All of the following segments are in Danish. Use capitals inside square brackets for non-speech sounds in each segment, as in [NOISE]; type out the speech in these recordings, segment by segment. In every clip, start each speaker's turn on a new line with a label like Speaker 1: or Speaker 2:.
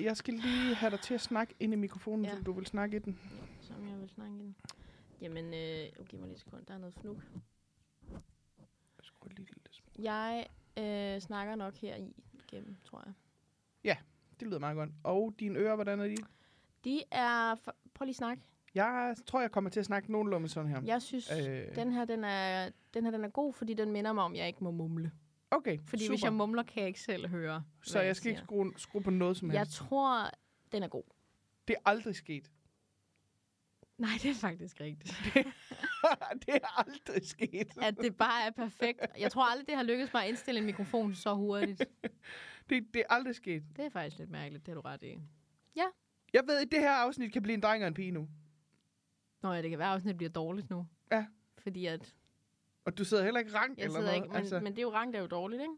Speaker 1: Jeg skal lige have dig til at snakke ind i mikrofonen, ja.
Speaker 2: Ja.
Speaker 1: så du vil snakke i den.
Speaker 2: Som jeg vil snakke ind. Jamen, øh, giv mig lige et sekund. Der er noget fnug.
Speaker 1: Skru lige lidt.
Speaker 2: Jeg øh, snakker nok her i igennem, tror jeg.
Speaker 1: Det lyder meget godt. Og dine ører, hvordan er de?
Speaker 2: De er... For... Prøv lige at snakke.
Speaker 1: Jeg tror, jeg kommer til at snakke nogenlunde sådan her.
Speaker 2: Jeg synes, øh.
Speaker 1: Øh,
Speaker 2: den, her, den, er, den her den er god, fordi den minder mig om, at jeg ikke må mumle.
Speaker 1: okay,
Speaker 2: Fordi
Speaker 1: super.
Speaker 2: hvis jeg mumler, kan jeg ikke selv høre,
Speaker 1: så jeg skal ikke skrue, skrue på noget som
Speaker 2: Jeg
Speaker 1: helst.
Speaker 2: tror, den er god.
Speaker 1: Det er aldrig sket. [LAUGHS]
Speaker 2: Nej, det er faktisk rigtigt.
Speaker 1: det er aldrig sket.
Speaker 2: [LAUGHS] At det bare er perfekt. Jeg tror aldrig, det har lykkedes mig at indstille en mikrofon så hurtigt.
Speaker 1: Det, det er aldrig sket.
Speaker 2: Det er faktisk lidt mærkeligt, det har du ret i.
Speaker 1: Jeg ved, at det her afsnit kan blive en dreng og en pige nu.
Speaker 2: Nå ja, det kan være, at afsnittet bliver dårligt nu.
Speaker 1: Ja.
Speaker 2: Fordi at,
Speaker 1: Og du sidder heller ikke rank
Speaker 2: jeg
Speaker 1: eller
Speaker 2: sidder
Speaker 1: noget.
Speaker 2: ikke, men, altså. men det er jo rang, der er jo dårligt, ikke?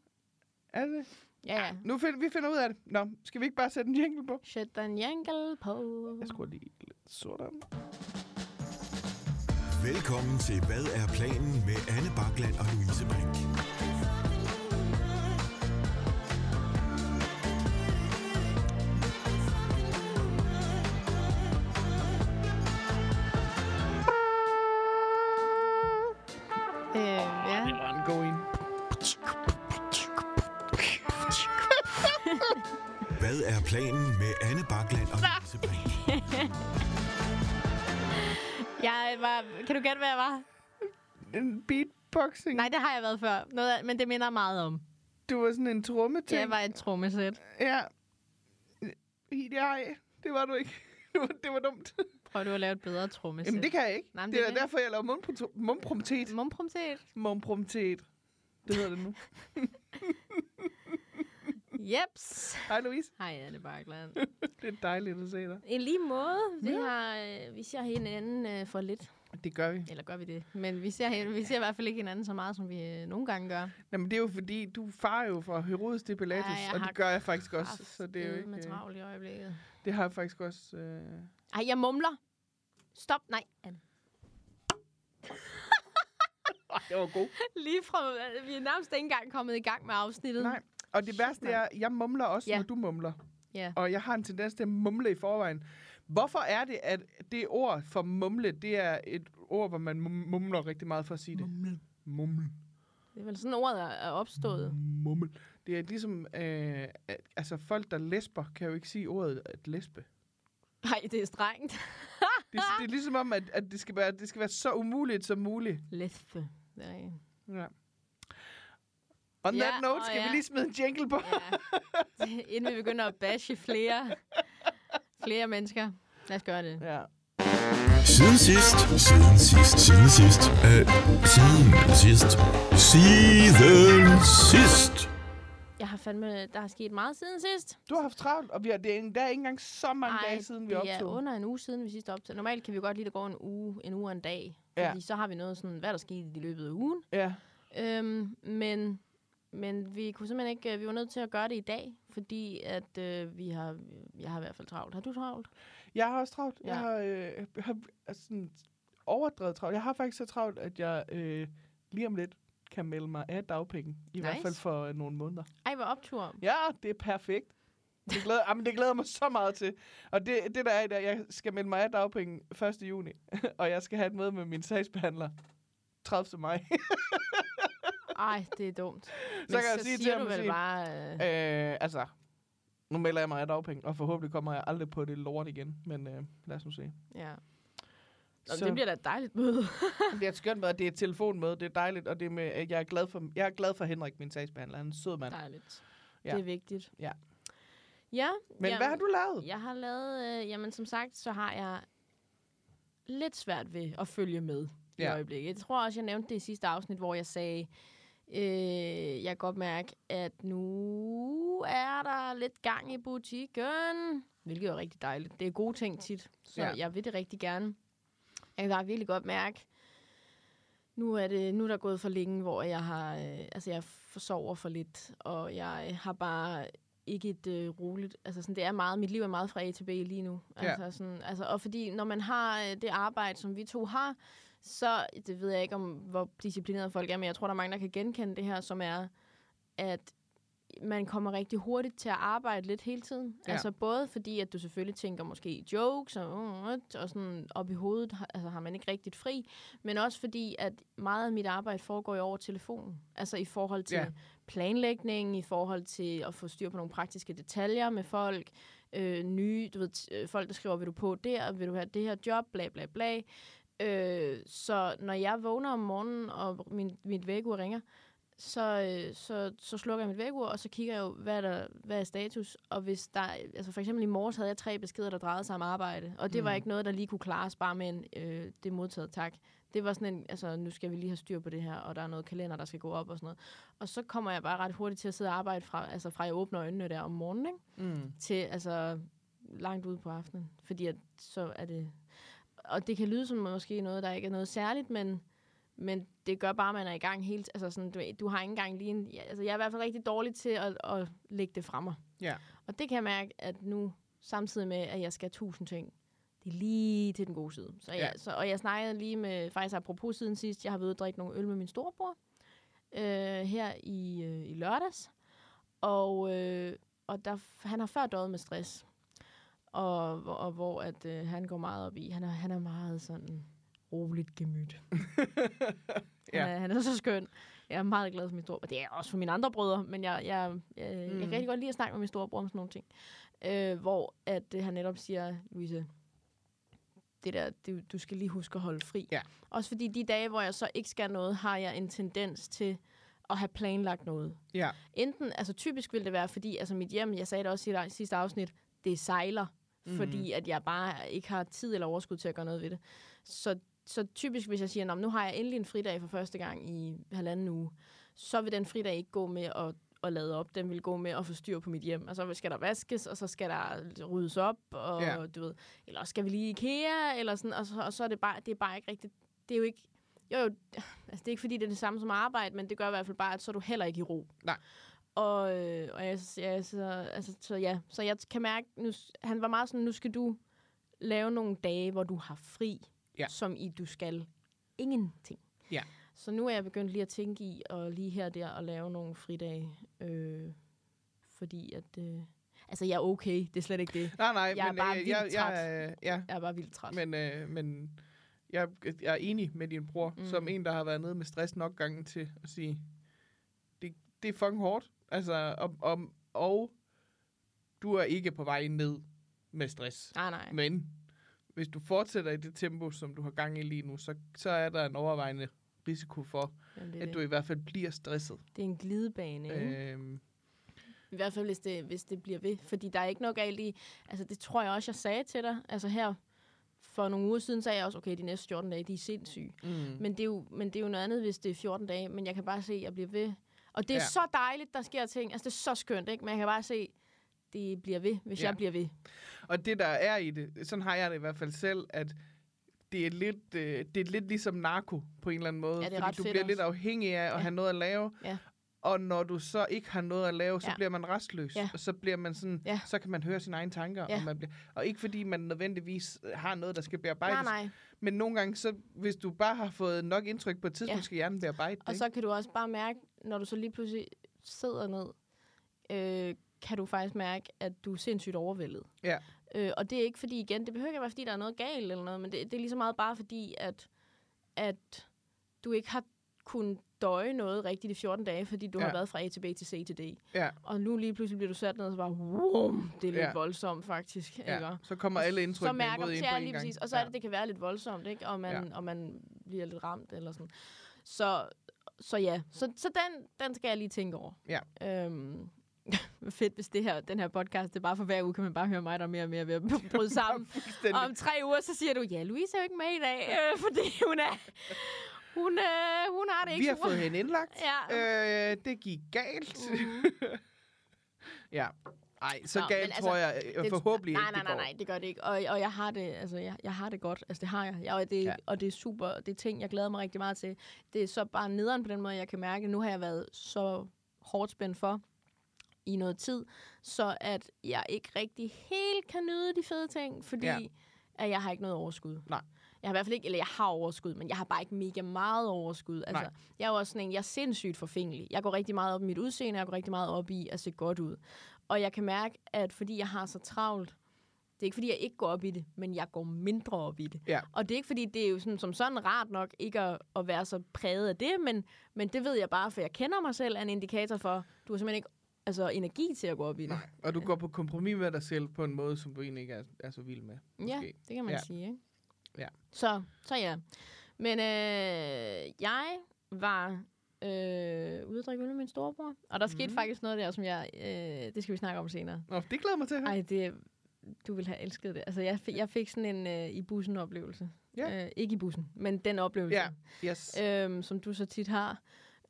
Speaker 1: er det?
Speaker 2: Ja, ja.
Speaker 1: Nu find, vi finder ud af det. Nå, skal vi ikke bare sætte en jingle på?
Speaker 2: Sæt den jankel på.
Speaker 1: Jeg skruer lige lidt sådan.
Speaker 3: Velkommen til Hvad er planen med Anne Bakland og Louise Brink.
Speaker 2: Øh, ja.
Speaker 1: Det var en god en.
Speaker 3: Hvad er planen med Anne Bakland og Louise Brink?
Speaker 2: Jeg var, kan du gætte, hvad jeg var?
Speaker 1: En beatboxing.
Speaker 2: Nej, det har jeg været før. Noget, af- men det minder meget om.
Speaker 1: Du var sådan en trommeting.
Speaker 2: Jeg var et trommesæt.
Speaker 1: Ja. I det ej. Det var du ikke. [LAUGHS] Det var, det var dumt.
Speaker 2: Prøv du at lave et bedre trommesæt.
Speaker 1: Jamen, det kan jeg ikke.
Speaker 2: Altså- Nej, men
Speaker 1: det
Speaker 2: det
Speaker 1: er
Speaker 2: er det.
Speaker 1: derfor, jeg laver mundpro- mumpromtet.
Speaker 2: Mumpromsæt.
Speaker 1: Mumpromtet. Det hedder det nu.
Speaker 2: Jeps.
Speaker 1: Hej, Louise.
Speaker 2: Hej, Anne Barkland.
Speaker 1: Det er dejligt at se dig.
Speaker 2: I lige måde. Vi, har, øh, vi ser hinanden øh, for lidt.
Speaker 1: Det gør vi.
Speaker 2: Eller gør vi det? Men vi ser, hin- vi ser i hvert fald ikke hinanden så meget, som vi øh, nogle gange gør.
Speaker 1: Jamen, det er jo fordi, du far jo fra Herodes til Pilatus,
Speaker 2: Ej, jeg
Speaker 1: og
Speaker 2: har
Speaker 1: det gør jeg faktisk også. Så det er jo
Speaker 2: Ah, med
Speaker 1: ikke... øh,
Speaker 2: travl i øjeblikket.
Speaker 1: Det har jeg faktisk også... Øh...
Speaker 2: Ej, jeg mumler. Stop. Nej, Anne.
Speaker 1: Ej, det var god.
Speaker 2: Lige fra, øh, vi er nærmest ikke engang kommet i gang med afsnittet.
Speaker 1: Nej. Og det værste er, jeg mumler også, ja.
Speaker 2: Ja.
Speaker 1: når du mumler.
Speaker 2: Ja.
Speaker 1: Og jeg har en tendens til at mumle i forvejen. Hvorfor er det, at det ord for mumle, det er et ord, hvor man mum- mumler rigtig meget for at sige det? Mumle. Mumle.
Speaker 2: Det er vel sådan, ordet er- er opstået.
Speaker 1: Mumle. Det er ligesom, øh, at- altså folk, der lesber, kan jo ikke sige ordet at lesbe.
Speaker 2: Nej, det er strengt.
Speaker 1: Det, er- det er ligesom om, at, at det, skal være, det skal være så umuligt som muligt.
Speaker 2: Lesbe. Nej.
Speaker 1: Ja. On
Speaker 2: Ja,
Speaker 1: that note
Speaker 2: og
Speaker 1: skal vi
Speaker 2: ja.
Speaker 1: lige smide en jingle på.
Speaker 2: Ja. [LAUGHS] Inden vi begynder at bashe flere, flere mennesker. Lad os gøre det.
Speaker 1: Ja.
Speaker 3: Siden sidst, siden sidst, siden sidst, øh, siden sidst, siden sidst.
Speaker 2: Jeg har fandme, der er sket meget siden sidst.
Speaker 1: Du har haft travlt, og vi har, det er endda ikke engang så mange Ej, dage siden, vi
Speaker 2: det er
Speaker 1: optog.
Speaker 2: under en uge siden, vi sidst optog. Normalt kan vi godt lide, at der går en uge, en uge og en dag.
Speaker 1: Ja.
Speaker 2: Fordi så har vi noget sådan, hvad der skete i løbet af ugen.
Speaker 1: Ja.
Speaker 2: Øhm, men, men vi kunne simpelthen ikke, øh, vi var nødt til at gøre det i dag, fordi at øh, vi har, jeg har i hvert fald travlt. Har du travlt?
Speaker 1: Jeg har også travlt. Ja. Jeg
Speaker 2: Ja.
Speaker 1: har, øh, har altså sådan overdrevet travlt. Jeg har faktisk så travlt, at jeg øh, lige om lidt kan melde mig af dagpenge. I nice. hvert
Speaker 2: Nice.
Speaker 1: fald for øh, nogle måneder.
Speaker 2: Ej, hvor optur.
Speaker 1: Ja, det er perfekt. Det glæder, jamen, det glæder jeg mig så meget til. Og det, det der er i dag, jeg skal melde mig af dagpenge 1. juni. [LAUGHS] og jeg skal have et møde med min sagsbehandler 30. maj. [LAUGHS]
Speaker 2: Ej, det er dumt. Men
Speaker 1: kan jeg sige til
Speaker 2: siger
Speaker 1: ham,
Speaker 2: du vel
Speaker 1: sige-
Speaker 2: bare... Øh,
Speaker 1: Øh, altså, nu melder jeg mig af dagpenge, og forhåbentlig kommer jeg aldrig på det lort igen. Men øh, lad os nu se.
Speaker 2: ja. Nå,
Speaker 1: Så-
Speaker 2: så. det bliver da et dejligt møde.
Speaker 1: Det er et skønt møde, det er et telefonmøde, det er dejligt, og det er med, at jeg er glad for, jeg er glad for Henrik, min sagsbehandler. Han er en sød mand.
Speaker 2: dejligt.
Speaker 1: Ja.
Speaker 2: Ja. Det er vigtigt.
Speaker 1: Ja.
Speaker 2: Ja.
Speaker 1: Men
Speaker 2: jamen,
Speaker 1: hvad har du lavet?
Speaker 2: Jeg har lavet... Øh, jamen, som sagt, så har jeg lidt svært ved at følge med ja. i
Speaker 1: Ja.
Speaker 2: øjeblikket. Jeg tror også, jeg nævnte det i sidste afsnit, hvor jeg sagde, øh, jeg kan godt mærke, at nu er der lidt gang i butikken. Hvilket er rigtig dejligt. Det er gode ting tit, så
Speaker 1: Ja.
Speaker 2: ja. jeg vil det rigtig gerne. Jeg kan bare virkelig godt mærke, nu er, det, nu er der gået for længe, hvor jeg har, øh, altså jeg forsover for lidt, og jeg har bare ikke et øh, roligt, altså sådan, det er meget, mit liv er meget fra A til B lige nu.
Speaker 1: Ja.
Speaker 2: Altså, sådan, altså, og fordi, når man har øh, det arbejde, som vi to har, så, det ved jeg ikke om, hvor disciplinerede folk er, men jeg tror, der er mange, der kan genkende det her, som er, at man kommer rigtig hurtigt til at arbejde lidt hele tiden.
Speaker 1: Ja.
Speaker 2: Ja. Altså både fordi, at du selvfølgelig tænker måske i jokes og, og sådan op i hovedet, har- altså har man ikke rigtigt fri, men også fordi, at meget af mit arbejde foregår jo over telefonen. Altså i forhold til
Speaker 1: Ja.
Speaker 2: ja. planlægning, i forhold til at få styr på nogle praktiske detaljer med folk, øh, nye, du ved, t- øh, folk der skriver, vil du på der, vil du have det her job, bla bla bla. Øh, så når jeg vågner om morgenen, og min, mit vækkeur ringer, så, øh, så, så slukker jeg mit vækkeur, og så kigger jeg jo, hvad er, der, hvad er status. Og hvis der, altså for eksempel i morges havde jeg tre beskeder, der drejede sig om arbejde, og det mm. var
Speaker 1: Mm.
Speaker 2: ikke noget, der lige kunne klares bare med en, øh, det er modtaget tak. Det var sådan en, altså nu skal vi lige have styr på det her, og der er noget kalender, der skal gå op og sådan noget. Og så kommer jeg bare ret hurtigt til at sidde og arbejde fra, altså fra jeg åbner øjnene der om morgenen, ikke?
Speaker 1: Mm.
Speaker 2: til altså langt ude på aftenen, fordi at, så er det... Og det kan lyde som måske noget, der ikke er noget særligt, men, men det gør bare, at man er i gang helt... Altså sådan, du, ved, du har ikke engang lige en... ja, Altså jeg er i hvert fald rigtig dårlig til at, at lægge det fra mig.
Speaker 1: Ja.
Speaker 2: Og det kan jeg mærke, at nu samtidig med, at jeg skal tusind ting, det er lige til den gode side. Så jeg,
Speaker 1: Ja.
Speaker 2: så, og jeg snakkede lige med, faktisk apropos siden sidst, jeg har været ude og drikke nogle øl med min storebror øh, her i, øh, i lørdags. Og, øh, og der, f- han har før døjet med stress. Og, hvor- og hvor at, øh, han går meget op i, han er, han er meget sådan roligt gemyt. ja.
Speaker 1: [LAUGHS] Ja.
Speaker 2: han, er, han er så skøn. Jeg er meget glad for min storebror. Det er jeg også for mine andre brødre, men jeg, jeg, jeg, mm.
Speaker 1: Mm.
Speaker 2: jeg kan rigtig godt lide at snakke med min storebror om sådan nogle ting. Øh, hvor at, øh, han netop siger, Louise, det der, du, du skal lige huske at holde fri.
Speaker 1: Ja.
Speaker 2: Også fordi de dage, hvor jeg så ikke skal noget, har jeg en tendens til at have planlagt noget.
Speaker 1: Ja.
Speaker 2: Enten, altså typisk vil det være, fordi altså mit hjem, jeg sagde det også i det sidste afsnit, det sejler, mm. fordi at jeg bare ikke har tid eller overskud til at gøre noget ved det. Så, så typisk, hvis jeg siger, "Nå, men nu har jeg endelig en fridag for første gang i halvanden uge, så vil den fridag ikke gå med at, at lade op. Den vil gå med at få styr på mit hjem. Og så skal der vaskes, og så skal der ryddes op, og
Speaker 1: Ja.
Speaker 2: ja. du ved, eller også skal vi lige i IKEA, eller sådan, og så, og så er det bare, det er bare ikke rigtigt, det er jo ikke, jo jo, altså det er ikke fordi, det er det samme som arbejde, men det gør i hvert fald bare, at så er du heller ikke i ro.
Speaker 1: Nej.
Speaker 2: Og, øh, og jeg, jeg, så, altså, så, ja. så jeg kan mærke, nu, s- han var meget sådan, nu skal du lave nogle dage, hvor du har fri,
Speaker 1: Ja.
Speaker 2: som i du skal ingenting.
Speaker 1: Ja.
Speaker 2: Så nu er jeg begyndt lige at tænke i, og lige her og der, og lave nogle fridage, øh, fordi at, øh, altså jeg er okay, det er slet ikke det.
Speaker 1: Nej, nej,
Speaker 2: Jeg er
Speaker 1: men
Speaker 2: bare
Speaker 1: øh, jeg,
Speaker 2: vildt
Speaker 1: jeg, øh, ja,
Speaker 2: Jeg er bare vildt træt.
Speaker 1: men, øh, men jeg, jeg er enig med din bror, mm.
Speaker 2: Mm.
Speaker 1: som en, der har været nede med stress nok gange til at sige, det, det er fucking hårdt, altså, og, og, og du er ikke på vej ned med stress.
Speaker 2: nej, nej.
Speaker 1: Men hvis du fortsætter i det tempo, som du har gang i lige nu, så, så er der en overvejende risiko for,
Speaker 2: Jamen, det, er
Speaker 1: at du
Speaker 2: det.
Speaker 1: i hvert fald bliver stresset.
Speaker 2: det er en glidebane, ikke?
Speaker 1: Øhm,
Speaker 2: I hvert fald, hvis det, hvis det bliver ved. Fordi der er ikke noget galt i... Altså, det tror jeg også, jeg sagde til dig. Altså her for nogle uger siden sagde jeg også, okay, de næste 14 dage, de er sindssyge.
Speaker 1: mm.
Speaker 2: Men det er jo, men det er jo noget andet, hvis det er 14 dage. Men jeg kan bare se, at jeg bliver ved. Og det er
Speaker 1: Ja.
Speaker 2: ja. så dejligt, der sker ting. Altså, det er så skønt, ikke? Men jeg kan bare se, det bliver ved, hvis
Speaker 1: Ja.
Speaker 2: ja. jeg bliver ved.
Speaker 1: Og det, der er i det, sådan har jeg det i hvert fald selv, at det er lidt, øh, det er lidt ligesom narko på en eller anden måde.
Speaker 2: Ja, det er
Speaker 1: fordi
Speaker 2: ret
Speaker 1: du
Speaker 2: fedt
Speaker 1: bliver
Speaker 2: også.
Speaker 1: lidt afhængig af at ja.
Speaker 2: Ja.
Speaker 1: have noget at lave.
Speaker 2: Ja.
Speaker 1: Og når du så ikke har noget at lave, så ja.
Speaker 2: Ja.
Speaker 1: bliver man restløs.
Speaker 2: Ja.
Speaker 1: Og så bliver man sådan,
Speaker 2: Ja.
Speaker 1: så kan man høre sine egne tanker.
Speaker 2: Ja.
Speaker 1: Og, man bliver, og ikke fordi man nødvendigvis øh, har noget, der skal bearbejdes.
Speaker 2: Nej, nej.
Speaker 1: Men nogle gange, så, hvis du bare har fået nok indtryk på et tidspunkt, ja.
Speaker 2: Ja.
Speaker 1: skal hjernen bearbejde det.
Speaker 2: Og så kan du også bare mærke, når du så lige pludselig sidder ned, øh, kan du faktisk mærke, at du er sindssygt overvældet.
Speaker 1: Ja.
Speaker 2: Øh, og det er ikke fordi, igen, det behøver ikke at være, fordi der er noget galt eller noget, men det, det er lige så meget bare fordi, at, at du ikke har kunnet døje noget rigtigt i 14 dage, fordi du
Speaker 1: Ja.
Speaker 2: ja. har været fra A til B til C til D.
Speaker 1: Ja.
Speaker 2: Og nu lige pludselig bliver du sat ned og så bare, wow, det er lidt
Speaker 1: Ja.
Speaker 2: ja. voldsomt faktisk.
Speaker 1: ikke?
Speaker 2: Ikke?
Speaker 1: ja. så kommer alle indtryk
Speaker 2: så mærker
Speaker 1: mod
Speaker 2: man,
Speaker 1: ind
Speaker 2: ja,
Speaker 1: på en
Speaker 2: lige
Speaker 1: gang.
Speaker 2: præcis. Og så er det, det kan være lidt voldsomt, ikke? Og man, ja. og man bliver lidt ramt eller sådan. Så, så ja, så, så den, den skal jeg lige tænke over.
Speaker 1: Ja.
Speaker 2: Øhm, [LAUGHS] fedt, hvis det her, den her podcast, det er bare for hver uge, kan man bare høre mig, der er mere og mere ved at [LAUGHS]
Speaker 1: [LAUGHS]
Speaker 2: bryde sammen.
Speaker 1: Fuldstændig.
Speaker 2: og om tre uger, så siger du, ja, Louise er jo ikke med i dag, øh, [LAUGHS] fordi hun er... Hun, øh, hun har det ikke
Speaker 1: Vi har
Speaker 2: så-
Speaker 1: fået hende indlagt.
Speaker 2: Ja. Mm-hmm.
Speaker 1: Øh, det gik galt. [LAUGHS] ja. Nej, så
Speaker 2: Nå,
Speaker 1: galt
Speaker 2: men altså,
Speaker 1: tror jeg øh,
Speaker 2: det-
Speaker 1: forhåbentlig
Speaker 2: nej,
Speaker 1: ikke,
Speaker 2: nej,
Speaker 1: det
Speaker 2: nej,
Speaker 1: går.
Speaker 2: nej, det gør det ikke. Og, og jeg har det, altså, jeg, jeg har det godt. Altså, det har jeg. jeg og, det,
Speaker 1: Ja.
Speaker 2: ja. og det er super. og Det er ting, jeg glæder mig rigtig meget til. Det er så bare nederen på den måde, jeg kan mærke. Nu har jeg været så hårdt spændt for i noget tid, så at jeg ikke rigtig helt kan nyde de fede ting, fordi
Speaker 1: Ja.
Speaker 2: ja. at jeg har ikke noget overskud.
Speaker 1: Nej.
Speaker 2: Jeg har i hvert fald ikke, eller jeg har overskud, men jeg har bare ikke mega meget overskud. Altså,
Speaker 1: Nej.
Speaker 2: jeg er jo også sådan en, jeg er sindssygt forfængelig. Jeg går rigtig meget op i mit udseende, jeg går rigtig meget op i at se godt ud. Og jeg kan mærke, at fordi jeg har så travlt, det er ikke fordi, jeg ikke går op i det, men jeg går mindre op i det.
Speaker 1: Ja.
Speaker 2: Og det er ikke fordi, det er jo sådan, som sådan rart nok ikke at, at være så præget af det, men, men det ved jeg bare, for jeg kender mig selv er en indikator for, du har simpelthen ikke altså, energi til at gå op i det.
Speaker 1: Nej. Og du går på kompromis med dig selv på en måde, som du egentlig ikke er, er så vild med.
Speaker 2: Ja,
Speaker 1: Måske.
Speaker 2: det kan man
Speaker 1: Ja.
Speaker 2: ja. sige, ikke?
Speaker 1: Ja.
Speaker 2: Så, så ja. Men øh, jeg var øh, ude at drikke øl med min storebror, og der skete
Speaker 1: Mhm.
Speaker 2: faktisk noget der, som jeg... Øh, det skal vi snakke om senere.
Speaker 1: Nå, det glæder jeg mig til at høre.
Speaker 2: Ej, det, du ville have elsket det. Altså, jeg, fik, jeg fik sådan en øh, i bussen oplevelse.
Speaker 1: Ja.
Speaker 2: Øh, ikke i bussen, men den oplevelse,
Speaker 1: Ja. Yes.
Speaker 2: øhm, som du så tit har.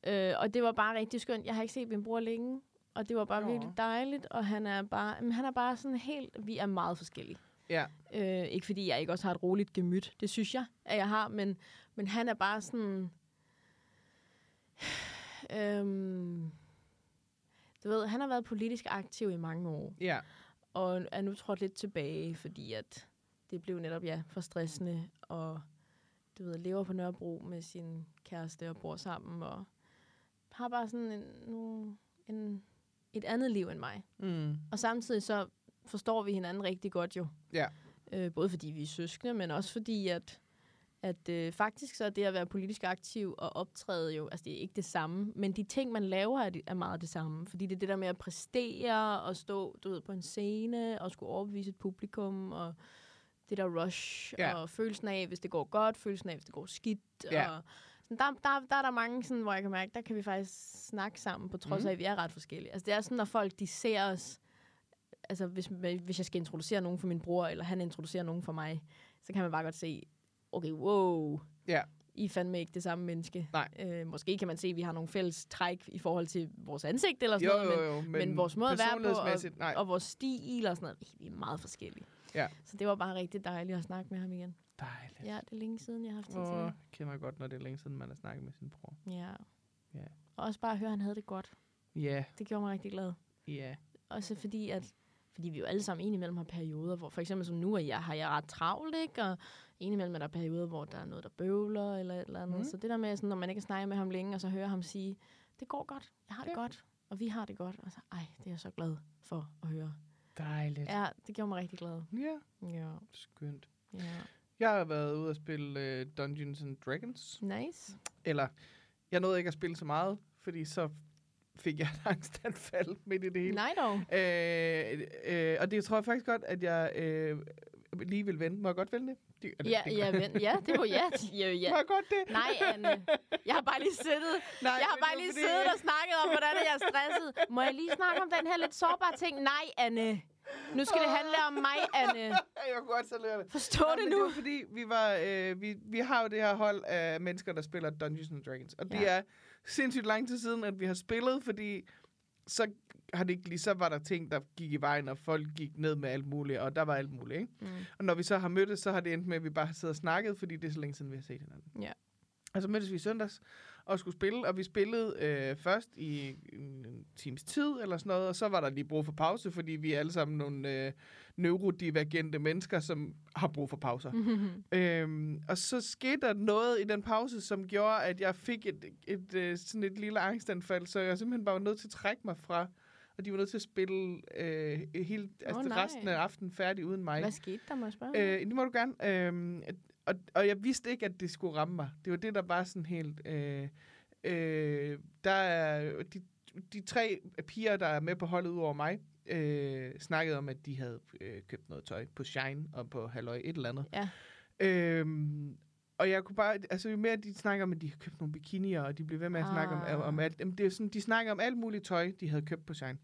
Speaker 2: Øh, og det var bare rigtig skønt. Jeg har ikke set min bror længe, og det var bare
Speaker 1: Nå.
Speaker 2: Nå. virkelig dejligt. Og han er bare, men han er bare sådan helt, vi er meget forskellige.
Speaker 1: Ja.
Speaker 2: Øh, ikke fordi jeg ikke også har et roligt gemyt, det synes jeg, at jeg har, men, men han er bare sådan... Øhm, du ved, han har været politisk aktiv i mange år
Speaker 1: Ja.
Speaker 2: og er nu trådt lidt tilbage, fordi at det blev netop ja, for stressende, og du ved, lever på Nørrebro med sin kæreste og bor sammen, og har bare sådan en, nu, en, et andet liv end mig.
Speaker 1: Mm.
Speaker 2: Og samtidig så forstår vi hinanden rigtig godt jo.
Speaker 1: Ja.
Speaker 2: Øh, både fordi vi er søskende, men også fordi, at, at øh, faktisk så er det at være politisk aktiv og optræde jo, altså det er ikke det samme, men de ting, man laver, er, det, er meget det samme. Fordi det er det der med at præstere og stå du ved, på en scene og skulle overbevise et publikum og det der rush
Speaker 1: Ja.
Speaker 2: ja. og følelsen af, hvis det går godt, følelsen af, hvis det går skidt.
Speaker 1: Ja.
Speaker 2: Og sådan, der, der, der er der mange, sådan, hvor jeg kan mærke, der kan vi faktisk snakke sammen, på trods
Speaker 1: Mhm.
Speaker 2: af, at vi er ret forskellige. Altså, det er sådan, når folk de ser os, altså hvis, hvis jeg skal introducere nogen for min bror, eller han introducerer nogen for mig, så kan man bare godt se, okay, wow,
Speaker 1: Ja.
Speaker 2: I er fandme ikke det samme menneske.
Speaker 1: Nej.
Speaker 2: Øh, måske kan man se, at vi har nogle fælles træk i forhold til vores ansigt eller sådan
Speaker 1: Jo,
Speaker 2: noget, men,
Speaker 1: jo, jo. Men,
Speaker 2: men vores måde at være på og-
Speaker 1: personlighedsmæssigt, Nej.
Speaker 2: og vores stil og sådan noget, vi er meget forskellige.
Speaker 1: Ja.
Speaker 2: Så det var bare rigtig dejligt at snakke med ham igen.
Speaker 1: Dejligt.
Speaker 2: Ja, det er længe siden, jeg har haft tid til
Speaker 1: Åh,
Speaker 2: det.
Speaker 1: jeg kender godt, når det er længe siden, man har snakket med sin bror.
Speaker 2: Ja.
Speaker 1: Ja.
Speaker 2: Og også bare at høre, at han havde det godt.
Speaker 1: Ja,
Speaker 2: Det gjorde mig rigtig glad.
Speaker 1: ja.
Speaker 2: Også fordi, at fordi vi jo alle sammen indimellem har perioder, hvor for eksempel som nu er jeg, har jeg ret travlt, ikke? og indimellem er der perioder, hvor der er noget, der bøvler eller et eller andet.
Speaker 1: Mhm.
Speaker 2: Mm. Så det der med, sådan, når man ikke snakker med ham længe, og så hører ham sige, det går godt, jeg har det
Speaker 1: Ja.
Speaker 2: ja. godt, og vi har det godt. Og så, ej, det er jeg så glad for at høre.
Speaker 1: Dejligt.
Speaker 2: Ja, det gjorde mig rigtig glad.
Speaker 1: ja.
Speaker 2: Ja,
Speaker 1: skønt.
Speaker 2: ja.
Speaker 1: Jeg har været ude at spille uh, Dungeons and Dragons.
Speaker 2: Nice.
Speaker 1: Eller, jeg nåede ikke at spille så meget, fordi så fik jeg et [LAUGHS] angstanfald midt i det hele.
Speaker 2: Nej dog.
Speaker 1: Øh, øh, og det tror jeg faktisk godt, at jeg øh, lige vil vende. Må jeg godt vende det? det eller,
Speaker 2: Ja,
Speaker 1: det
Speaker 2: ja,
Speaker 1: gør-
Speaker 2: men, ja, det var ja. ja, ja.
Speaker 1: Må jeg godt det?
Speaker 2: Nej, Anne. Jeg har bare lige siddet
Speaker 1: Nej,
Speaker 2: Jeg har
Speaker 1: men
Speaker 2: bare
Speaker 1: det var
Speaker 2: lige
Speaker 1: fordi-
Speaker 2: siddet og snakket om, hvordan jeg er stresset. Må jeg lige snakke om den her lidt sårbare ting? Nej, Anne. Nu skal det handle om mig, Anne.
Speaker 1: [LAUGHS] Jeg kunne godt salere det.
Speaker 2: Forstå
Speaker 1: Nå,
Speaker 2: det
Speaker 1: men
Speaker 2: nu.
Speaker 1: Det var fordi, vi, var, øh, vi, vi har jo det her hold af mennesker, der spiller Dungeons and Dragons. Og ja. det
Speaker 2: Ja.
Speaker 1: er sindssygt lang tid siden, at vi har spillet, fordi så har det ikke lige, så var der ting, der gik i vejen, og folk gik ned med alt muligt, og der var alt muligt, ikke?
Speaker 2: Mm.
Speaker 1: Og når vi så har mødtes, så har det endt med, at vi bare har siddet og snakket, fordi det er så længe siden, vi har set hinanden.
Speaker 2: Ja.
Speaker 1: Og så Altså, mødtes vi i søndags og skulle spille, og vi spillede øh, først i en, en times tid eller sådan noget, og så var der lige brug for pause, fordi vi er alle sammen nogle øh, neurodivergente mennesker, som har brug for
Speaker 2: [LAUGHS]
Speaker 1: pauser. Øhm, og så skete der noget i den pause, som gjorde, at jeg fik et, et, et sådan et lille angstanfald, så jeg simpelthen bare var nødt til at trække mig fra, og de var nødt til at spille øh, hele, altså
Speaker 2: nej.
Speaker 1: resten af aftenen færdig uden mig.
Speaker 2: Hvad skete der, må jeg spørge?
Speaker 1: Øh, det må du gerne. Øhm, og, og jeg vidste ikke, at det skulle ramme mig. Det var det, der var sådan helt... Øh, øh, der er de, de tre piger, der er med på holdet udover mig, øh, snakkede om, at de havde øh, købt noget tøj på Shine og på Halløj et eller andet.
Speaker 2: Ja.
Speaker 1: Øhm, og jeg kunne bare, altså jo mere de snakker om, at de har købt nogle bikinier, og de bliver ved med at snakke om,
Speaker 2: Ah.
Speaker 1: om alt, jamen, det er sådan, de snakker om alt muligt tøj, de havde købt på Shine.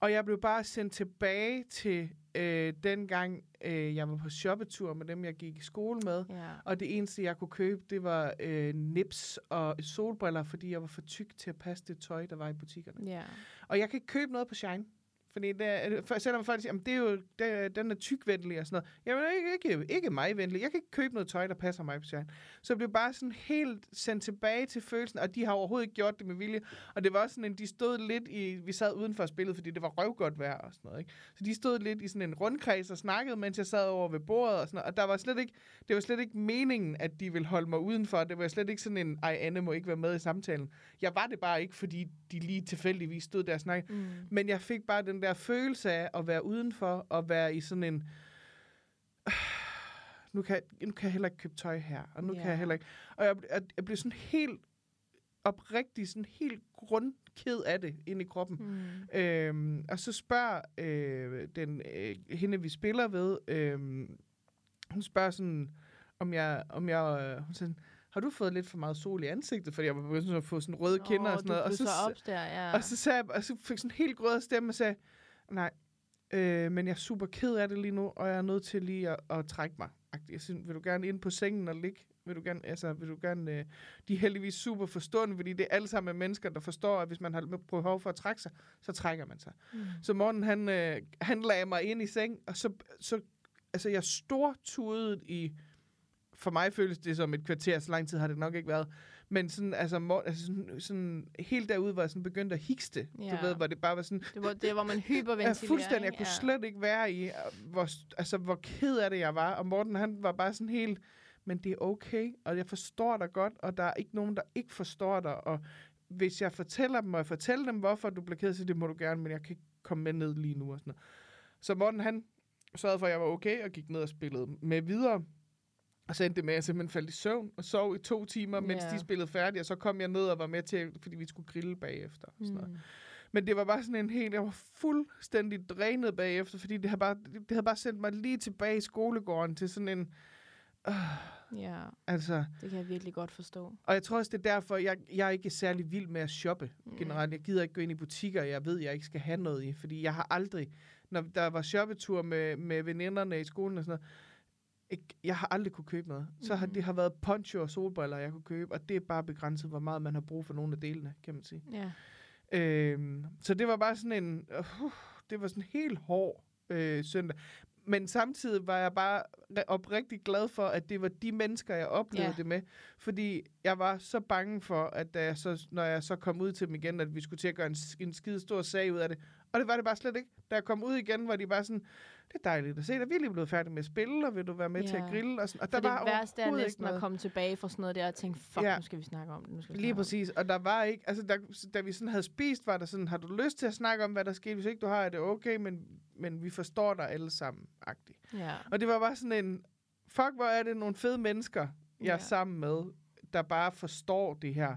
Speaker 1: Og jeg blev bare sendt tilbage til øh, dengang, øh, jeg var på shoppetur med dem, jeg gik i skole med.
Speaker 2: Ja.
Speaker 1: Og det eneste, jeg kunne købe, det var øh, nips og solbriller, fordi jeg var for tyk til at passe det tøj, der var i butikkerne.
Speaker 2: Ja.
Speaker 1: Og jeg kan ikke købe noget på Shine, Fordi det, for selvom folk siger, at det er jo, det, den er tykvenlig og sådan noget. Jamen, ikke, ikke, ikke mig venlig. Jeg kan ikke købe noget tøj, der passer mig på sjælen. Så jeg blev bare sådan helt sendt tilbage til følelsen, og de har overhovedet ikke gjort det med vilje. Og det var også sådan en, de stod lidt i, vi sad udenfor spillet, fordi det var røvgodt vejr og sådan noget. Ikke? Så de stod lidt i sådan en rundkreds og snakkede, mens jeg sad over ved bordet og sådan noget. Og der var slet ikke, det var slet ikke meningen, at de ville holde mig udenfor. Det var slet ikke sådan en, ej, Anne må ikke være med i samtalen. Jeg var det bare ikke, fordi de lige tilfældigvis stod der og snakkede.
Speaker 2: Mm.
Speaker 1: Men jeg fik bare den der følelse af at være udenfor og være i sådan en... "Ah, Nu kan, jeg, nu kan jeg heller ikke købe tøj her, og nu yeah. kan
Speaker 2: Ja.
Speaker 1: jeg heller ikke... Og jeg, jeg, jeg blev sådan helt oprigtig, sådan helt grundked af det inde i kroppen.
Speaker 2: Mm.
Speaker 1: Øhm, og så spørger øh, den, øh, hende, vi spiller ved, øh, hun spørger sådan, om jeg, om jeg øh, hun siger, sådan, har du fået lidt for meget sol i ansigtet? Fordi jeg var begyndt sådan at få sådan røde kinder og sådan noget.
Speaker 2: Og
Speaker 1: Og
Speaker 2: så,
Speaker 1: så,
Speaker 2: op der, ja.
Speaker 1: og så, sagde jeg, og så fik jeg sådan helt grød af stemme og sagde, nej, øh, men jeg er super ked af det lige nu, og jeg er nødt til lige at, at trække mig. Agtigt. Jeg synes, vil du gerne ind på sengen og ligge? Vil du gerne, altså, vil du gerne, øh, de er heldigvis super forstående, fordi det er alle sammen mennesker, der forstår, at hvis man har behov for at trække sig, så trækker man sig.
Speaker 2: Mm.
Speaker 1: Så Morten, han, øh, han lagde mig ind i seng, og så, så altså, jeg stortudede i, for mig føles det som et kvarter, så lang tid har det nok ikke været, men sådan, altså, Morten, altså sådan, sådan, helt derude var jeg sådan begyndt at hikste,
Speaker 2: Ja.
Speaker 1: du ved, hvor det bare var sådan,
Speaker 2: Det var det, hvor man
Speaker 1: jeg,
Speaker 2: hyperventilerer.
Speaker 1: fuldstændig, jeg
Speaker 2: ikke?
Speaker 1: kunne
Speaker 2: Ja.
Speaker 1: slet ikke være i, øh, hvor, altså, hvor ked af det jeg var, og Morten, han var bare sådan helt, men det er okay, og jeg forstår dig godt, og der er ikke nogen, der ikke forstår dig, og hvis jeg fortæller dem, og jeg fortæller dem, hvorfor du blev ked, så det må du gerne, men jeg kan ikke komme med ned lige nu. Og sådan noget. Så Morten, han sørgede for, at jeg var okay, og gik ned og spillede med videre. Og så endte det med, at jeg simpelthen faldt i søvn og sov i to timer, mens
Speaker 2: Ja.
Speaker 1: de spillede færdigt, og så kom jeg ned og var med til, fordi vi skulle grille bagefter. Og sådan noget.
Speaker 2: Mm.
Speaker 1: Men det var bare sådan en helt, jeg var fuldstændig drænet bagefter, fordi det havde bare, det havde bare sendt mig lige tilbage i skolegården til sådan en,
Speaker 2: Ja,
Speaker 1: altså...
Speaker 2: det kan jeg virkelig godt forstå.
Speaker 1: Og jeg tror også, det er derfor, jeg, jeg er ikke særlig vild med at shoppe
Speaker 2: Mm.
Speaker 1: generelt. Jeg gider ikke gå ind i butikker, jeg ved, jeg ikke skal have noget i, fordi jeg har aldrig, når der var shoppetur med, med veninderne i skolen og sådan noget, ikke, jeg har aldrig kunne købe noget. Så har
Speaker 2: Mhm.
Speaker 1: det har været poncho og solbriller, jeg kunne købe, og det er bare begrænset, hvor meget man har brug for nogle af delene, kan man sige.
Speaker 2: Ja.
Speaker 1: Øhm, så det var bare sådan en, uh, det var sådan en helt hård øh, søndag. Men samtidig var jeg bare re- oprigtig glad for, at det var de mennesker, jeg oplevede
Speaker 2: Ja.
Speaker 1: ja. det med. Fordi jeg var så bange for, at da jeg så, når jeg så kom ud til dem igen, at vi skulle til at gøre en, s- en skide stor sag ud af det. Og det var det bare slet ikke. Da jeg kom ud igen, var de bare sådan, det er dejligt at se dig. Vi er lige blevet færdige med at spille, og vil du være med ja. til at
Speaker 2: Ja.
Speaker 1: grille? Og, sådan. og
Speaker 2: Der
Speaker 1: der
Speaker 2: For det
Speaker 1: var
Speaker 2: værste er
Speaker 1: overhovedet ikke
Speaker 2: næsten at
Speaker 1: noget.
Speaker 2: komme tilbage fra sådan noget der og tænke, fuck,
Speaker 1: Ja.
Speaker 2: ja. nu skal vi snakke om det. Nu skal vi
Speaker 1: Lige
Speaker 2: snakke om det.
Speaker 1: præcis, og der var ikke, altså der, da vi sådan havde spist, var der sådan, har du lyst til at snakke om, hvad der skete? Hvis ikke du har, er det okay, men, men vi forstår dig alle sammen, agtigt.
Speaker 2: Ja.
Speaker 1: Og det var bare sådan en, fuck, hvor er det nogle fede mennesker, jeg
Speaker 2: Ja.
Speaker 1: er sammen med, der bare forstår det her,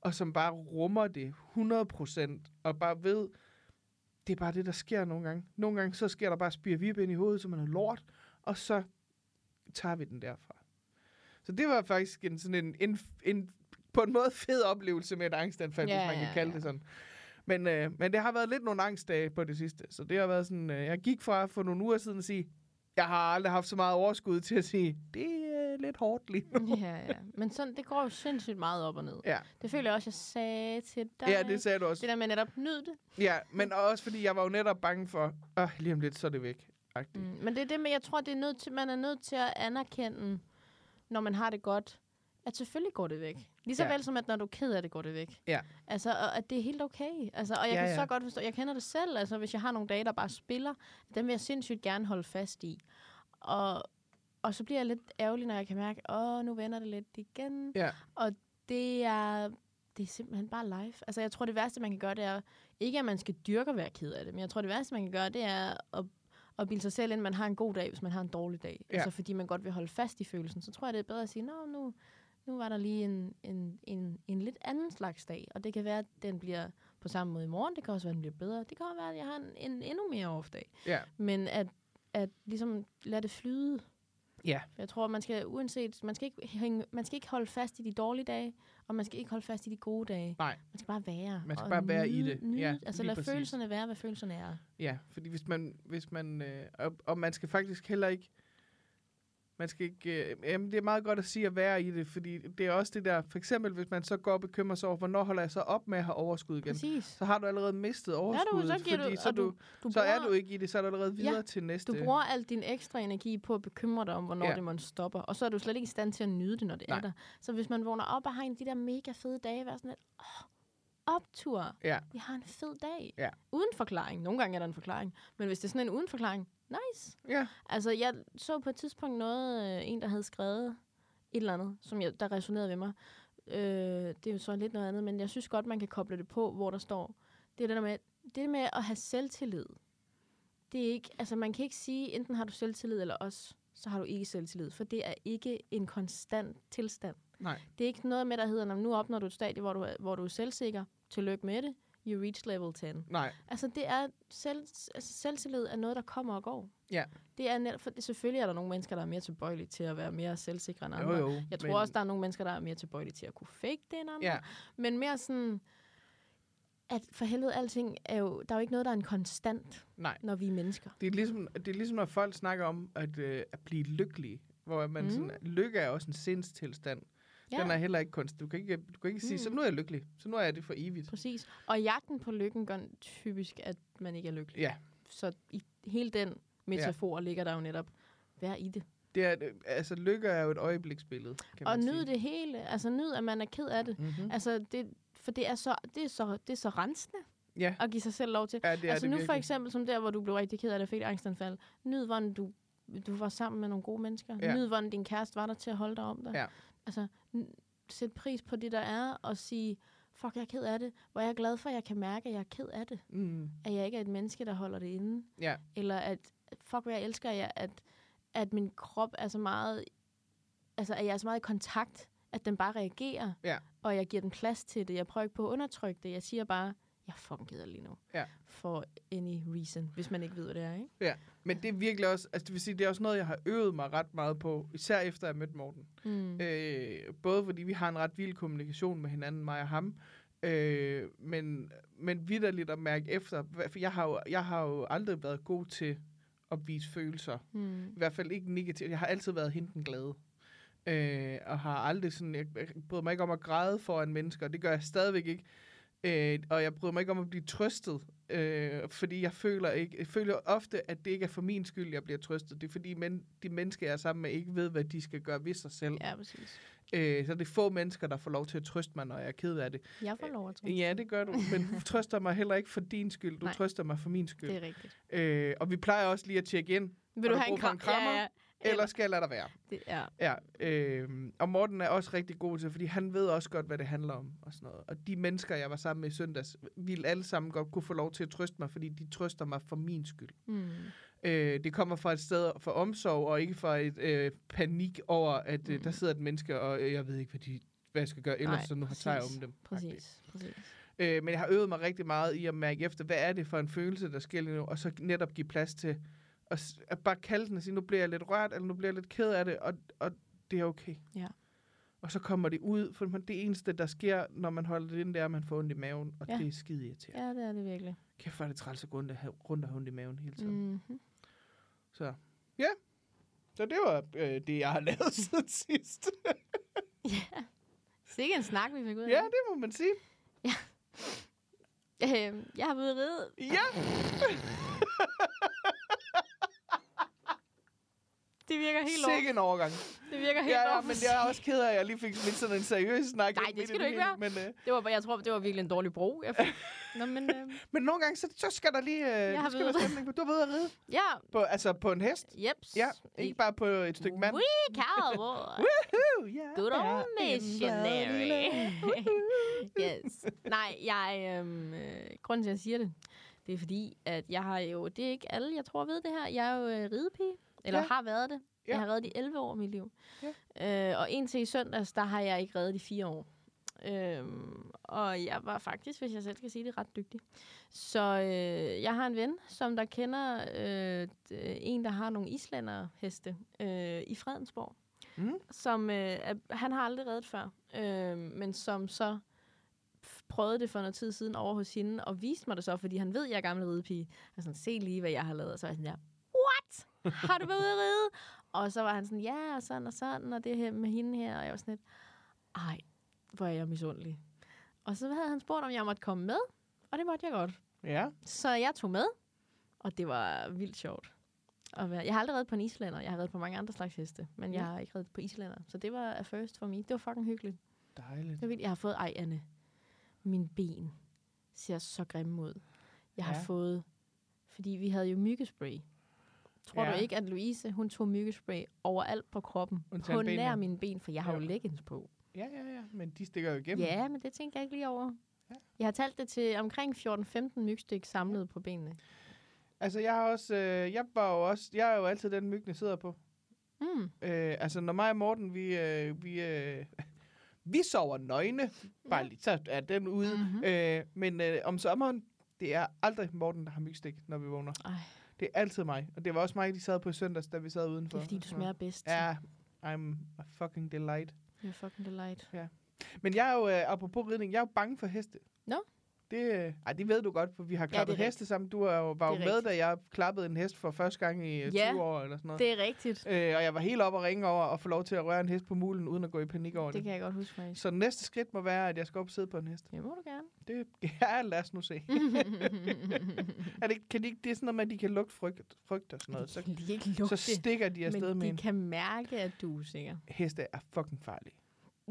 Speaker 1: og som bare rummer det 100%, og bare ved, det er bare det, der sker nogle gange. Nogle gange, så sker der bare spirvip ind i hovedet, så man er lort, og så tager vi den derfra. Så det var faktisk en, sådan en, en, en på en måde fed oplevelse med et angstanfald,
Speaker 2: Ja,
Speaker 1: ja, hvis man
Speaker 2: ja,
Speaker 1: kan kalde
Speaker 2: ja.
Speaker 1: ja. det sådan. Men, øh, men det har været lidt nogle angstdage på det sidste. Så det har været sådan, øh, jeg gik fra for nogle uger siden at sige, jeg har aldrig haft så meget overskud til at sige, det er lidt hårdt lige nu.
Speaker 2: [LAUGHS] ja, ja. Men sådan, det går jo sindssygt meget op og ned.
Speaker 1: Ja.
Speaker 2: Det føler jeg også, jeg sagde til dig.
Speaker 1: Ja, det sagde du
Speaker 2: det
Speaker 1: også.
Speaker 2: der med netop nyd det.
Speaker 1: Ja, men også fordi jeg var jo netop bange for, åh, lige om lidt, så er det væk.
Speaker 2: Mm.
Speaker 1: Mm.
Speaker 2: Men det er det med, jeg tror, det er nødt til, man er nødt til at anerkende, når man har det godt, at selvfølgelig går det væk. Lige så ja.
Speaker 1: Ja.
Speaker 2: vel som, at når du er ked af det, går det væk.
Speaker 1: Ja.
Speaker 2: Altså, og at det er helt okay. Altså, og jeg ja,
Speaker 1: Ja,
Speaker 2: kan ja.
Speaker 1: ja.
Speaker 2: så godt forstå, jeg kender det selv, altså hvis jeg har nogle dage, der bare spiller, dem vil jeg sindssygt gerne holde fast i. Og, og så bliver jeg lidt ærgerlig, når jeg kan mærke, åh, nu vender det lidt igen.
Speaker 1: Ja.
Speaker 2: Og det er, det er simpelthen bare live. Altså, jeg tror, det værste, man kan gøre, det er, ikke at man skal dyrke at være ked af det, men jeg tror, det værste, man kan gøre, det er at, at bilde sig selv ind, at man har en god dag, hvis man har en dårlig dag. Ja.
Speaker 1: Ja.
Speaker 2: Altså, fordi man godt vil holde fast i følelsen, så tror jeg, det er bedre at sige, nå, nu, nu var der lige en, en, en, en lidt anden slags dag, og det kan være, at den bliver på samme måde i morgen, det kan også være, at den bliver bedre, det kan også være, at jeg har en, en endnu mere off dag.
Speaker 1: Ja.
Speaker 2: Men at, at ligesom lade det flyde.
Speaker 1: Ja.
Speaker 2: Jeg tror, man skal uanset, man skal, ikke hænge, man skal ikke holde fast i de dårlige dage, og man skal ikke holde fast i de gode dage.
Speaker 1: Nej.
Speaker 2: Man skal bare være.
Speaker 1: Man skal
Speaker 2: og
Speaker 1: bare være i
Speaker 2: nyde-
Speaker 1: det.
Speaker 2: Nyde,
Speaker 1: Ja,
Speaker 2: altså
Speaker 1: lige
Speaker 2: lad
Speaker 1: præcis.
Speaker 2: følelserne være, hvad følelserne er.
Speaker 1: Ja, fordi hvis man, hvis man øh, og, og man skal faktisk heller ikke, Man skal ikke, øh, jamen, det er meget godt at sige at være i det, fordi det er også det der, for eksempel hvis man så går og bekymrer sig over, hvornår holder jeg så op med at have overskud igen,
Speaker 2: Præcis.
Speaker 1: så har du allerede mistet overskuddet,
Speaker 2: så giver du-
Speaker 1: fordi
Speaker 2: og
Speaker 1: så, er du,
Speaker 2: Du
Speaker 1: så er
Speaker 2: bruger-
Speaker 1: du ikke i det, så er du allerede
Speaker 2: Ja,
Speaker 1: videre til næste.
Speaker 2: Du bruger al din ekstra energi på at bekymre dig om, hvornår
Speaker 1: Ja.
Speaker 2: ja. det man stopper. Og så er du slet ikke i stand til at nyde det, når det
Speaker 1: Nej.
Speaker 2: er der. Så hvis man vågner op og har en af de der mega fede dage, være sådan lidt, åh, optur.
Speaker 1: Ja.
Speaker 2: Vi har en fed dag.
Speaker 1: Ja.
Speaker 2: Uden forklaring. Nogle gange er der en forklaring. Men hvis det er sådan en uden forklaring, nice.
Speaker 1: Ja,
Speaker 2: Altså, jeg så på et tidspunkt noget, øh, en, der havde skrevet et eller andet, som jeg, der resonerede ved mig. Øh, det er jo så lidt noget andet, men jeg synes godt, man kan koble det på, hvor der står. Det er det der med, det med at have selvtillid. Det er ikke, altså man kan ikke sige, enten har du selvtillid, eller også så har du ikke selvtillid, for det er ikke en konstant tilstand.
Speaker 1: nej.
Speaker 2: Det er ikke noget med, der hedder, "Nå, nu opnår du et stadie, hvor du er, hvor du er selvsikker. Tillykke med det. You reach level 10.
Speaker 1: Nej,
Speaker 2: Altså, det er selv, altså, selvtillid er noget, der kommer og går.
Speaker 1: Ja.
Speaker 2: Det er net, for, selvfølgelig er der nogle mennesker, der er mere tilbøjelige til at være mere selvsikre end andre.
Speaker 1: jo jo.
Speaker 2: Jeg tror
Speaker 1: men-
Speaker 2: også, der er nogle mennesker, der er mere tilbøjelige til at kunne fake det end andre.
Speaker 1: Ja,
Speaker 2: Men mere sådan, at for helvede, alting er jo, der er jo ikke noget, der er en konstant,
Speaker 1: nej.
Speaker 2: når vi er mennesker.
Speaker 1: Det er, ligesom, det er ligesom, når folk snakker om at, øh, at blive lykkelige, hvor man mm.
Speaker 2: Mm.
Speaker 1: sådan, lykke er også en sindstilstand. Ja. Den er heller ikke kunst. Du kan ikke, du kan ikke sige,
Speaker 2: Mm.
Speaker 1: så nu er jeg lykkelig. Så nu er jeg det for evigt.
Speaker 2: præcis. Og jagten på lykken gør typisk, at man ikke er lykkelig.
Speaker 1: Ja,
Speaker 2: Så i hele den metafor ja. ligger der jo netop, vær i det.
Speaker 1: det er, øh, altså lykke er jo et øjebliksbillede, kan
Speaker 2: Og
Speaker 1: man
Speaker 2: nyd
Speaker 1: sige.
Speaker 2: det hele. Altså nyd, at man er ked af det.
Speaker 1: Mm-hmm.
Speaker 2: Altså, det, for det er, så, det, er så, det er så rensende
Speaker 1: Ja,
Speaker 2: at give sig selv lov til.
Speaker 1: ja, det er
Speaker 2: altså
Speaker 1: det
Speaker 2: nu
Speaker 1: virkelig.
Speaker 2: for eksempel som der, hvor du blev rigtig ked af det, og fik et angstanfald. Nyd, hvordan du, du var sammen med nogle gode mennesker.
Speaker 1: Ja.
Speaker 2: Ja. Nyd, hvordan din kæreste var der til at holde dig om dig.
Speaker 1: Ja.
Speaker 2: Altså, n- sæt pris på det, der er, og sige, fuck, jeg er ked af det. Hvor jeg er glad for, at jeg kan mærke, at jeg er ked af det.
Speaker 1: Mm.
Speaker 2: At jeg ikke er et menneske, der holder det inde.
Speaker 1: Ja.
Speaker 2: Eller at, fuck, hvor jeg elsker, jer, at, at min krop er så meget, altså, at jeg er så meget i kontakt, at den bare reagerer.
Speaker 1: Ja.
Speaker 2: Og jeg giver den plads til det. Jeg prøver ikke på at undertrykke det. Jeg siger bare, jeg er fucking ked af det lige nu.
Speaker 1: Ja.
Speaker 2: For any reason, hvis man ikke ved, hvad det er, ikke?
Speaker 1: Men det er virkelig også, altså det vil sige, det er også noget, jeg har øvet mig ret meget på, især efter jeg mødte Morten.
Speaker 2: Mm.
Speaker 1: Øh, både fordi vi har en ret vild kommunikation med hinanden, mig og ham, øh, men, men vidderligt at mærke efter, hva- for jeg har, jo, jeg har jo aldrig været god til at vise følelser.
Speaker 2: Mm.
Speaker 1: I hvert fald ikke negativt. Jeg har altid været hende den glade. Øh, og har aldrig sådan, jeg, jeg bryder mig ikke om at græde foran mennesker, og det gør jeg stadigvæk ikke. Øh, og jeg bryder mig ikke om at blive trøstet, øh, fordi jeg føler, ikke, jeg føler ofte, at det ikke er for min skyld, jeg bliver trøstet. Det er fordi men, de mennesker, jeg er sammen med, ikke ved, hvad de skal gøre ved sig selv.
Speaker 2: Ja, præcis.
Speaker 1: Øh, så det er få mennesker, der får lov til at trøste mig, når jeg er ked af det.
Speaker 2: Jeg får lov at tro.
Speaker 1: Øh, Ja, det gør du, men du trøster mig heller ikke for din skyld, du Nej.
Speaker 2: Nej.
Speaker 1: trøster mig for min skyld.
Speaker 2: Det er rigtigt.
Speaker 1: Øh, og vi plejer også lige at tjekke ind,
Speaker 2: Vil
Speaker 1: du
Speaker 2: du have
Speaker 1: brug
Speaker 2: en,
Speaker 1: for
Speaker 2: kram?
Speaker 1: en krammer?
Speaker 2: Ja, ja.
Speaker 1: eller skal jeg lade dig være?
Speaker 2: Det, ja.
Speaker 1: Ja, øh, og Morten er også rigtig god til, fordi han ved også godt, hvad det handler om og sådan noget. Og de mennesker, jeg var sammen med i søndags, ville alle sammen godt kunne få lov til at trøste mig, fordi de trøster mig for min skyld.
Speaker 2: Mm.
Speaker 1: Øh, det kommer fra et sted for omsorg, og ikke fra et øh, panik over, at øh, der sidder et menneske, og øh, jeg ved ikke, hvad, de, hvad jeg skal gøre ellers,
Speaker 2: Mm. Nej,
Speaker 1: så nu har
Speaker 2: præcis,
Speaker 1: jeg om dem.
Speaker 2: Præcis, præcis.
Speaker 1: Øh, men jeg har øvet mig rigtig meget i at mærke efter, hvad er det for en følelse, der sker lige nu, og så netop give plads til at, s- at bare kalde den og sige, nu bliver jeg lidt rørt, eller nu bliver jeg lidt ked af det, og, og det er okay.
Speaker 2: Ja.
Speaker 1: Og så kommer det ud, for man- det eneste, der sker, når man holder det inde, det er, at man får ondt i maven, og ja.
Speaker 2: Ja.
Speaker 1: det er skide irriterende. Ja.
Speaker 2: Ja, det er det virkelig.
Speaker 1: Kæft, hvor er det træls at gå rundt og have- rundt og have ondt i maven hele tiden. Mm.
Speaker 2: Mm-hmm.
Speaker 1: Så ja, så det var øh, det, jeg har [LAUGHS] lavet siden
Speaker 2: [LAUGHS]
Speaker 1: sidst.
Speaker 2: Sikke en snak, vi fik ud af.
Speaker 1: ja, det må man sige.
Speaker 2: Øh, jeg har været ude at ride.
Speaker 1: Ja,
Speaker 2: Det virker helt
Speaker 1: sikke
Speaker 2: over.
Speaker 1: en overgang.
Speaker 2: Det virker helt
Speaker 1: Ja, ja,
Speaker 2: over.
Speaker 1: men jeg er også ked af, at jeg lige fik lidt sådan en seriøs snak.
Speaker 2: Nej,
Speaker 1: ind
Speaker 2: det
Speaker 1: midt i
Speaker 2: skal du ikke
Speaker 1: hele,
Speaker 2: være.
Speaker 1: Men, øh,
Speaker 2: Det var, bare- jeg tror, det var virkelig en dårlig bro,
Speaker 1: [LAUGHS]
Speaker 2: jeg fik. Nå, men øh,
Speaker 1: Men øhm. nogle gange, så, så skal der lige... Øh, jeg
Speaker 2: har
Speaker 1: skal
Speaker 2: ved
Speaker 1: der
Speaker 2: at-
Speaker 1: stemning på. Du har ved at ride.
Speaker 2: ja,
Speaker 1: På, altså på en hest.
Speaker 2: jeps.
Speaker 1: Ja, ikke bare på et stykke mand.
Speaker 2: We cowboy.
Speaker 1: Woohoo, yeah,
Speaker 2: Good
Speaker 1: yeah,
Speaker 2: old
Speaker 1: in the
Speaker 2: missionary.
Speaker 1: land.
Speaker 2: [LAUGHS] yes. Nej, jeg, øhm, øh, grunden til, at jeg siger det, det er fordi, at jeg har jo, det er ikke alle, jeg tror ved det her, jeg er jo øh, ridepige, eller
Speaker 1: Ja.
Speaker 2: ja. har været det.
Speaker 1: Ja.
Speaker 2: Ja. Jeg har reddet i 11 år af mit liv. Ja. Øh, og indtil i søndags, der har jeg ikke reddet i 4 år. Øhm, og jeg var faktisk, hvis jeg selv skal sige det, ret dygtig. Så øh, jeg har en ven, som der kender øh, d- øh, en, der har nogle islænderheste øh, i Fredensborg.
Speaker 1: Mm.
Speaker 2: Som, øh, er, han har aldrig reddet før, øh, men som så f- prøvede det for noget tid siden over hos hende, og viste mig det så, fordi han ved, jeg er gammel ridepige. Han er sådan, se lige, hvad jeg har lavet. Og så er jeg sådan der, what? Har du været ude at ride? Og så var han sådan, ja, og sådan og sådan, og det her med hende her. Og jeg var sådan lidt, ej, hvor er jeg misundelig. Og så havde han spurgt, om jeg måtte komme med, og det måtte jeg godt.
Speaker 1: Ja.
Speaker 2: Så jeg tog med, og det var vildt sjovt. At være. Jeg har aldrig reddet på en islænder, jeg har reddet på mange andre slags heste, men
Speaker 1: Ja.
Speaker 2: jeg har ikke reddet på islænder. Så det var a first for mig. Det var fucking hyggeligt.
Speaker 1: Dejligt.
Speaker 2: Det er vildt. Jeg har fået, ej Anne, min ben ser så grimme ud. Jeg har
Speaker 1: Ja.
Speaker 2: ja. fået, fordi vi havde jo myggespray. Tror
Speaker 1: Ja.
Speaker 2: du ikke, at Louise, hun tog myggespray overalt på kroppen?
Speaker 1: Undtagen
Speaker 2: på nær
Speaker 1: benene.
Speaker 2: mine ben, for jeg har jo
Speaker 1: Jo.
Speaker 2: leggings på.
Speaker 1: Ja, ja, ja. Men de stikker jo igennem.
Speaker 2: Ja, men det tænker jeg ikke lige over.
Speaker 1: Ja.
Speaker 2: Jeg har talt det til omkring 14-15 mygstik samlet på benene.
Speaker 1: Altså, jeg har også... Øh, jeg var jo også... Jeg er jo altid den, myggene sidder på.
Speaker 2: Mm.
Speaker 1: Øh, altså, når mig og Morten, vi... Øh, vi øh, [LAUGHS] vi sover nøgne. Bare lige, så er den ude.
Speaker 2: Mhm.
Speaker 1: Mm-hmm. Øh, men øh, om sommeren, det er aldrig Morten, der har mygstik, når vi vågner.
Speaker 2: Ej.
Speaker 1: Det er altid mig. Og det var også mig, de sad på i søndags, da vi sad
Speaker 2: Det
Speaker 1: udenfor.
Speaker 2: er fordi,
Speaker 1: og
Speaker 2: du
Speaker 1: sådan noget.
Speaker 2: smager bedst.
Speaker 1: Ja, I'm a fucking delight.
Speaker 2: You're fucking delight.
Speaker 1: Men jeg er jo, øh, apropos ridning, jeg er jo bange for heste.
Speaker 2: Nå.
Speaker 1: Det, øh, ej, det ved du godt, for vi har
Speaker 2: det er
Speaker 1: klappet ja,
Speaker 2: rigtigt.
Speaker 1: heste sammen. Du er jo, var jo
Speaker 2: Det er
Speaker 1: med,
Speaker 2: rigtigt.
Speaker 1: da jeg klappede en hest for første gang i øh, 20
Speaker 2: Ja.
Speaker 1: år eller sådan noget.
Speaker 2: Det er rigtigt.
Speaker 1: Øh, og jeg var helt oppe og ringe over og få lov til at røre en hest på mulen, uden at gå i panik over
Speaker 2: Det
Speaker 1: det.
Speaker 2: kan jeg godt huske, faktisk.
Speaker 1: Så næste skridt må være, at jeg skal op og sidde på en hest.
Speaker 2: Det må du [LAUGHS] gerne.
Speaker 1: Det [LAUGHS] ja, lad os nu
Speaker 2: [LAUGHS]
Speaker 1: se. er det, kan de, ikke- det er sådan noget med, at de kan lugte frygt, frygt og sådan noget. Så,
Speaker 2: De kan ikke
Speaker 1: så
Speaker 2: lugte.
Speaker 1: stikker de afsted
Speaker 2: men
Speaker 1: med
Speaker 2: de
Speaker 1: en.
Speaker 2: kan mærke, at du er sikker.
Speaker 1: Heste er fucking farlige.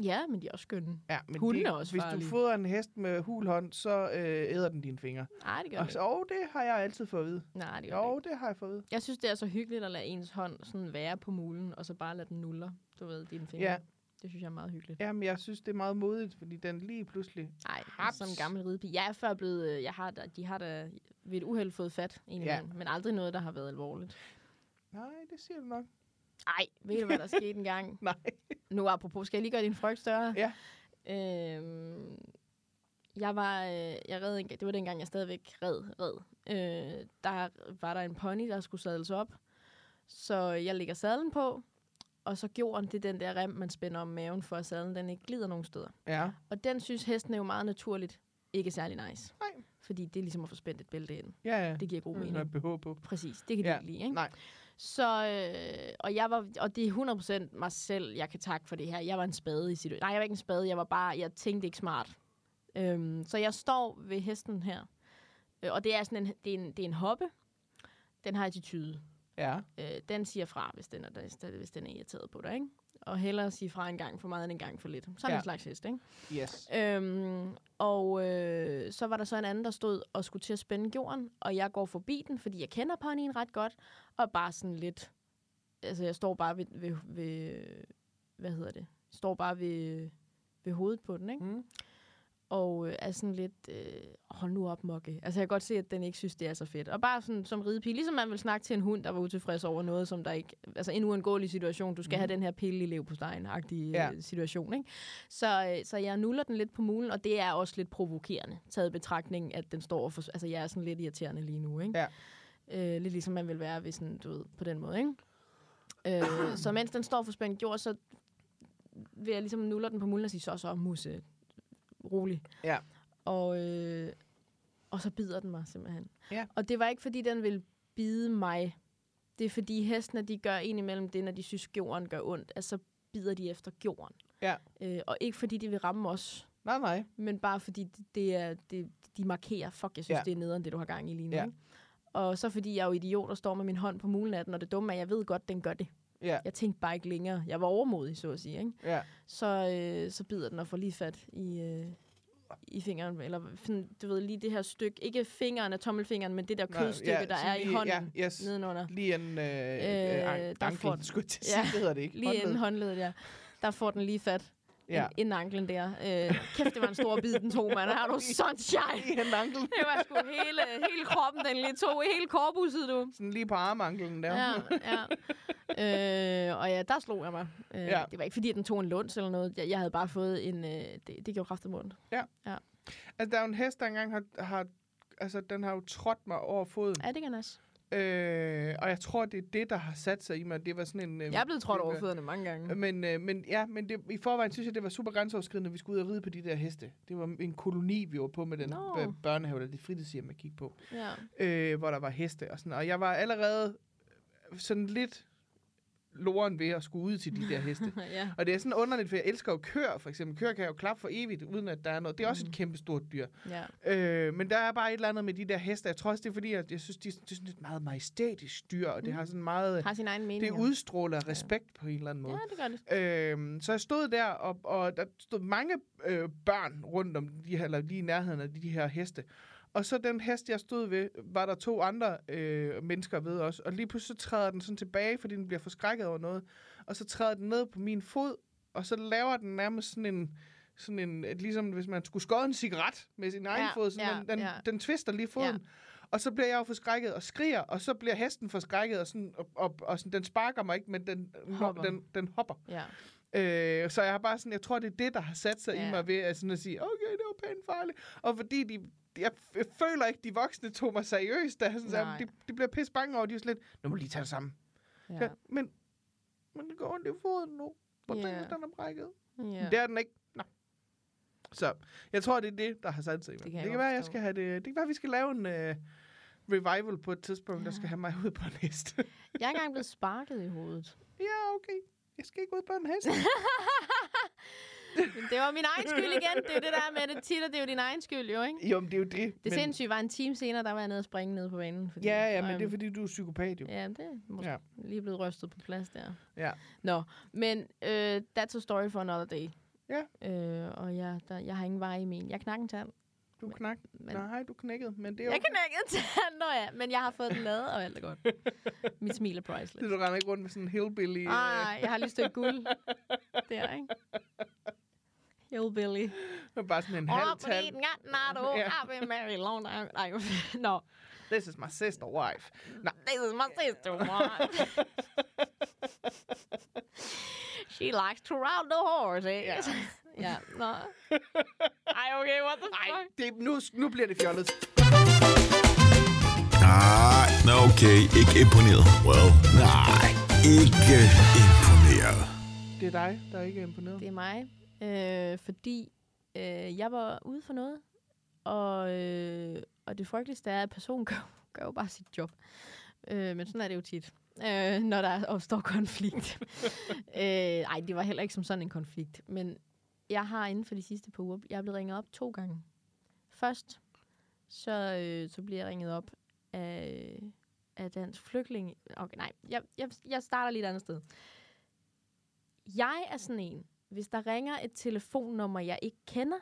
Speaker 2: Ja, men de er også skønne.
Speaker 1: Ja, men
Speaker 2: Hunde
Speaker 1: det,
Speaker 2: er også
Speaker 1: hvis
Speaker 2: farlige.
Speaker 1: du fodrer en hest med hul hånd, så øh, æder den dine fingre.
Speaker 2: Nej, det gør
Speaker 1: Og
Speaker 2: det
Speaker 1: så,
Speaker 2: ikke.
Speaker 1: og det har jeg altid fået at vide.
Speaker 2: Nej, det gør det
Speaker 1: Jo,
Speaker 2: ikke.
Speaker 1: det har jeg fået at vide.
Speaker 2: Jeg synes, det er så hyggeligt at lade ens hånd sådan være på mulen, og så bare lade den nuller, du ved, dine fingre.
Speaker 1: Ja.
Speaker 2: Det synes jeg er meget hyggeligt.
Speaker 1: Jamen, jeg synes, det er meget modigt, fordi den lige pludselig...
Speaker 2: Nej,
Speaker 1: Haps.
Speaker 2: som en gammel ridepige. Jeg er før blevet, øh, jeg har da, de har da ved et uheld fået fat, en
Speaker 1: Ja.
Speaker 2: ja. men aldrig noget, der har været alvorligt.
Speaker 1: Nej, det siger du nok.
Speaker 2: Nej, ved du, hvad der skete en gang?
Speaker 1: [LAUGHS] Nej.
Speaker 2: Nu apropos, skal jeg lige gøre din frygt større?
Speaker 1: Ja.
Speaker 2: Øhm, jeg var, øh, jeg red, en, det var dengang, jeg stadigvæk red, red. Øh, der var der en pony, der skulle sadles op. Så jeg lægger sadlen på, og så gjorde det er den der rem, man spænder om maven, for at sadlen den ikke glider nogen steder.
Speaker 1: Ja.
Speaker 2: Og den synes hesten er jo meget naturligt ikke særlig nice.
Speaker 1: Nej.
Speaker 2: Fordi det er ligesom at få spændt et bælte ind.
Speaker 1: Ja, ja.
Speaker 2: Det giver god
Speaker 1: Det er
Speaker 2: mening.
Speaker 1: noget BH på.
Speaker 2: Præcis, det kan de
Speaker 1: Ja.
Speaker 2: ikke lide, ikke?
Speaker 1: Nej.
Speaker 2: Så, øh, og, jeg var, og det er 100% mig selv, jeg kan takke for det her. Jeg var en spade i situationen. Nej, jeg var ikke en spade, jeg var bare, jeg tænkte ikke smart. Øhm, så jeg står ved hesten her, øh, og det er sådan en, det er en, det er en hoppe. Den har attitude.
Speaker 1: Ja.
Speaker 2: Øh, den siger fra, hvis den, er, hvis den er irriteret på dig, ikke? Og hellere sige fra en gang for meget end en gang for lidt. Sådan ja.
Speaker 1: Ja.
Speaker 2: en slags hest, ikke?
Speaker 1: Yes.
Speaker 2: Øhm, og øh, så var der så en anden, der stod og skulle til at spænde jorden, og jeg går forbi den, fordi jeg kender ponyen ret godt, og bare sådan lidt... Altså, jeg står bare ved... ved, ved hvad hedder det? Står bare ved, ved hovedet på den, ikke?
Speaker 1: Mm.
Speaker 2: Og øh, er sådan lidt... Øh, hold nu op, Mokke. Altså, jeg kan godt se, at den ikke synes, det er så fedt. Og bare sådan som ridepige, ligesom man vil snakke til en hund, der var utilfreds over noget, som der ikke... Altså, en uundgåelig situation. Du skal
Speaker 1: Mhm.
Speaker 2: have den her pille i leverpostejen-agtige
Speaker 1: Ja.
Speaker 2: ja. situation, ikke? Så, øh, så jeg nuller den lidt på mulen, og det er også lidt provokerende, taget i betragtning, at den står og for... Altså, jeg er sådan lidt irriterende lige nu, ikke?
Speaker 1: Ja.
Speaker 2: Øh, lidt ligesom man vil være, hvis sådan, du ved, på den måde, ikke? Øh, så mens den står for spændt jord, så vil jeg ligesom nuller den på mulen og sige, så så, musse, rolig.
Speaker 1: Ja.
Speaker 2: Og, øh, og så bider den mig simpelthen.
Speaker 1: Ja.
Speaker 2: Og det var ikke, fordi den ville bide mig. Det er, fordi hestene, de gør en imellem det, når de synes, jorden gør ondt. Altså, så bider de efter jorden.
Speaker 1: Ja.
Speaker 2: Øh, og ikke, fordi de vil ramme os.
Speaker 1: Nej, nej.
Speaker 2: Men bare fordi det- det er, det, de markerer, fuck, jeg synes,
Speaker 1: Ja.
Speaker 2: ja. det er nederen, det du har gang i lige nu.
Speaker 1: Ja.
Speaker 2: Ja. Og så fordi jeg er jo idiot og står med min hånd på mulen af den, og det dumme er, at jeg ved godt, den gør det.
Speaker 1: Ja.
Speaker 2: Jeg tænkte bare ikke længere. Jeg var overmodig, så at sige. Ikke?
Speaker 1: Ja.
Speaker 2: Så, øh, så bider den og får lige fat i, øh, i fingeren. Eller sådan, du ved, lige det her stykke. Ikke fingeren af tommelfingeren, men det der
Speaker 1: Nej,
Speaker 2: kødstykke, ja, der
Speaker 1: så
Speaker 2: er i
Speaker 1: lige,
Speaker 2: hånden
Speaker 1: Ja, yes.
Speaker 2: ja. nedenunder.
Speaker 1: Lige en øh, øh,
Speaker 2: Øh,
Speaker 1: an-
Speaker 2: der får
Speaker 1: ankel,
Speaker 2: den-
Speaker 1: skulle jeg til at
Speaker 2: Ja.
Speaker 1: sige. Det hedder det ikke.
Speaker 2: Lige inden
Speaker 1: Håndled.
Speaker 2: håndledet, ja. Der får den lige fat
Speaker 1: Ja. [LAUGHS]
Speaker 2: ja. inden anklen der. Øh, kæft, det var en stor bid, den tog, mand. Har
Speaker 1: [LAUGHS]
Speaker 2: du sunshine?
Speaker 1: Lige en ankel.
Speaker 2: Det var sgu hele, hele kroppen, den lige tog. Hele korpuset, du.
Speaker 1: Sådan lige på armanklen der.
Speaker 2: Ja, ja. Øh, og ja, der slog jeg mig. Øh,
Speaker 1: Ja.
Speaker 2: ja. Det var ikke, fordi at den tog en lunds eller noget. Jeg, jeg havde bare fået en... Øh, det, det gjorde kraftigt ondt.
Speaker 1: Altså, der er jo en hest, der engang har, har altså, den har jo trådt mig over foden.
Speaker 2: Ja, det kan jeg også.
Speaker 1: Øh, og jeg tror, det er det, der har sat sig i mig. Det var sådan en... Øh,
Speaker 2: Jeg er blevet trådt
Speaker 1: det
Speaker 2: over
Speaker 1: var-
Speaker 2: fødderne mange gange.
Speaker 1: Men, øh, men, ja, men det, i forvejen synes jeg, det var super grænseoverskridende, at vi skulle ud og ride på de der heste. Det var en koloni, vi var på med den
Speaker 2: Nå.
Speaker 1: no. børnehave, eller det fritidshjem, jeg gik på.
Speaker 2: Ja.
Speaker 1: øh, hvor der var heste og sådan. Og jeg var allerede sådan lidt loren ved at skulle ud til de der
Speaker 2: [LAUGHS]
Speaker 1: heste.
Speaker 2: ja.
Speaker 1: Og det er sådan underligt, for jeg elsker jo køer, for eksempel. Køer kan jeg jo klappe for evigt, uden at der er noget. Det er
Speaker 2: Mm.
Speaker 1: også et kæmpe stort dyr.
Speaker 2: ja.
Speaker 1: Øh, men der er bare et eller andet med de der heste. Jeg tror også, det er fordi, jeg, jeg synes, de, er sådan- det er sådan et meget majestætisk dyr, og det har sådan meget...
Speaker 2: Mm. Har sin egen mening.
Speaker 1: Det
Speaker 2: ja.
Speaker 1: udstråler respekt på en eller anden måde.
Speaker 2: Ja, det gør det.
Speaker 1: Øhm, så jeg stod der, og, og der stod mange øh, børn rundt om de her, eller lige i nærheden af de her heste. Og så den hest, jeg stod ved, var der to andre øh, mennesker ved også. Og lige pludselig så træder den sådan tilbage, fordi den bliver forskrækket over noget. Og så træder den ned på min fod, og så laver den nærmest sådan en, sådan en et- ligesom hvis man skulle skåre en cigaret med sin egen
Speaker 2: Ja,
Speaker 1: fod. Sådan
Speaker 2: ja,
Speaker 1: den, den,
Speaker 2: ja.
Speaker 1: den twister lige foden.
Speaker 2: Ja.
Speaker 1: Og så bliver jeg jo forskrækket og skriger, og så bliver hesten forskrækket, og, sådan, og, og, og sådan, den sparker mig ikke, men den hopper.
Speaker 2: Hopper.
Speaker 1: Den, den hopper.
Speaker 2: Ja.
Speaker 1: Øh, så jeg har bare sådan, jeg tror, det er det, der har sat sig ja. i
Speaker 2: Ja.
Speaker 1: mig ved at, sådan at sige, okay, det var pænt farligt. Og fordi de, jeg, jeg føler ikke, de voksne tog mig seriøst. Der, sådan,
Speaker 2: Nej.
Speaker 1: så, de, de bliver pisse bange over, de er sådan lidt, nu må du lige tage det sammen. Ja.
Speaker 2: Ja.
Speaker 1: Ja, men, men det går ondt i foden nu. Prøv at tænke,
Speaker 2: Ja.
Speaker 1: hvis den er brækket.
Speaker 2: ja.
Speaker 1: Ja. Det er den ikke. Nå. Så jeg tror, det er det, der har sat sig i mig.
Speaker 2: Det kan jeg
Speaker 1: det kan
Speaker 2: godt
Speaker 1: være, jeg
Speaker 2: forstå.
Speaker 1: skal have det. Det kan være, vi skal lave en øh, revival på et tidspunkt, ja. der
Speaker 2: Ja.
Speaker 1: skal have mig [LAUGHS] ud på en hest.
Speaker 2: [LAUGHS] Jeg er engang blevet sparket i hovedet.
Speaker 1: ja, okay. Jeg skal ikke ud på en hest.
Speaker 2: Men det var min egen skyld igen. Det er jo det der med det tit, og det er jo din egen skyld, jo, ikke?
Speaker 1: jo, men det er jo det.
Speaker 2: Det sindssyge var en time senere, der var jeg nede og springe ned på banen. Fordi,
Speaker 1: Ja, ja, men
Speaker 2: øhm,
Speaker 1: det er fordi, du er psykopat jo.
Speaker 2: Ja, det er måske
Speaker 1: Ja.
Speaker 2: ja. lige blevet rystet på plads der.
Speaker 1: Ja.
Speaker 2: Nå, men uh, that's a story for another day.
Speaker 1: Ja.
Speaker 2: Øh, og jeg, der, jeg har ingen vej i min. Jeg knækker en tand.
Speaker 1: Du knak.
Speaker 2: Men,
Speaker 1: Nej, du knækkede, men det er
Speaker 2: jeg
Speaker 1: jo...
Speaker 2: knækkede en tand, nå ja, men jeg har fået den lavet, og alt er godt. Mit smil er priceless.
Speaker 1: Du render ikke rundt med sådan en hillbilly... øh,
Speaker 2: Ah, jeg har lige et stykke guld der, ikke? Hillbilly.
Speaker 1: med bare sådan en halv
Speaker 2: Op i
Speaker 1: tand.
Speaker 2: den gang, nej, du.
Speaker 1: Ja.
Speaker 2: I've been married long time. Nej, no.
Speaker 1: This is my sister
Speaker 2: [LAUGHS]
Speaker 1: wife. Nej,
Speaker 2: This is my sister one. she likes to ride the horse, eh? [LAUGHS]
Speaker 1: Ja.
Speaker 2: ja, no. Ej, okay, what the
Speaker 1: nej,
Speaker 2: fuck?
Speaker 1: det, nu, nu bliver det fjollet.
Speaker 3: Nej, nå okay, ikke imponeret. Well, nej, ikke imponeret.
Speaker 1: Det er dig, der ikke er imponeret.
Speaker 2: Det er mig, øh, fordi øh, jeg var ude for noget, og, øh, og det frygteligste er, at personen [LAUGHS] gør, gør jo bare sit job. Øh, men sådan er det jo tit, øh, når der opstår konflikt. øh, ej, det var heller ikke som sådan en konflikt, men jeg har inden for de sidste par uger, jeg er blevet ringet op to gange. Først, så, øh, så bliver jeg ringet op af, af dansk flygtning. Okay, nej, jeg, jeg, jeg starter lige et andet sted. Jeg er sådan en, hvis der ringer et telefonnummer, jeg ikke kender,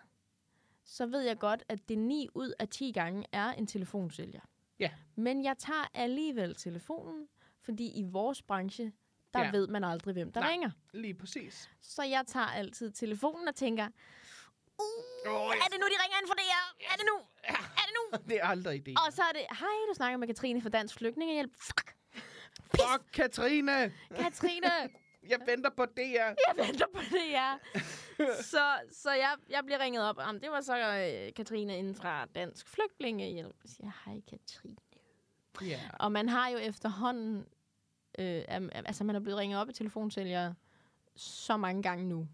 Speaker 2: så ved jeg godt, at det 9 ud af 10 gange er en telefonsælger.
Speaker 1: Ja.
Speaker 2: Men jeg tager alligevel telefonen, fordi i vores branche, der
Speaker 1: Ja.
Speaker 2: ja. ved man aldrig, hvem der
Speaker 1: Nej.
Speaker 2: nej. ringer.
Speaker 1: Lige præcis.
Speaker 2: Så jeg tager altid telefonen og tænker, uh,
Speaker 1: Åh, yes.
Speaker 2: er det nu, de ringer ind for det her? Er det nu? Er det nu?
Speaker 1: Det er aldrig idé.
Speaker 2: Og så er det, hej, du snakker med Katrine fra Dansk Flygtningehjælp. Fuck,
Speaker 1: Fuck, Katrine!
Speaker 2: Katrine,
Speaker 1: Jeg venter på DR.
Speaker 2: jeg venter på det, ja. Så, så jeg, jeg bliver ringet op. Jamen, det var så øh, Katrine inden fra Dansk Flygtningehjælp. Jeg siger, hej Katrine.
Speaker 1: Ja.
Speaker 2: Og man har jo efterhånden, øh, am- altså man er blevet ringet op af telefonsælgere så mange gange nu.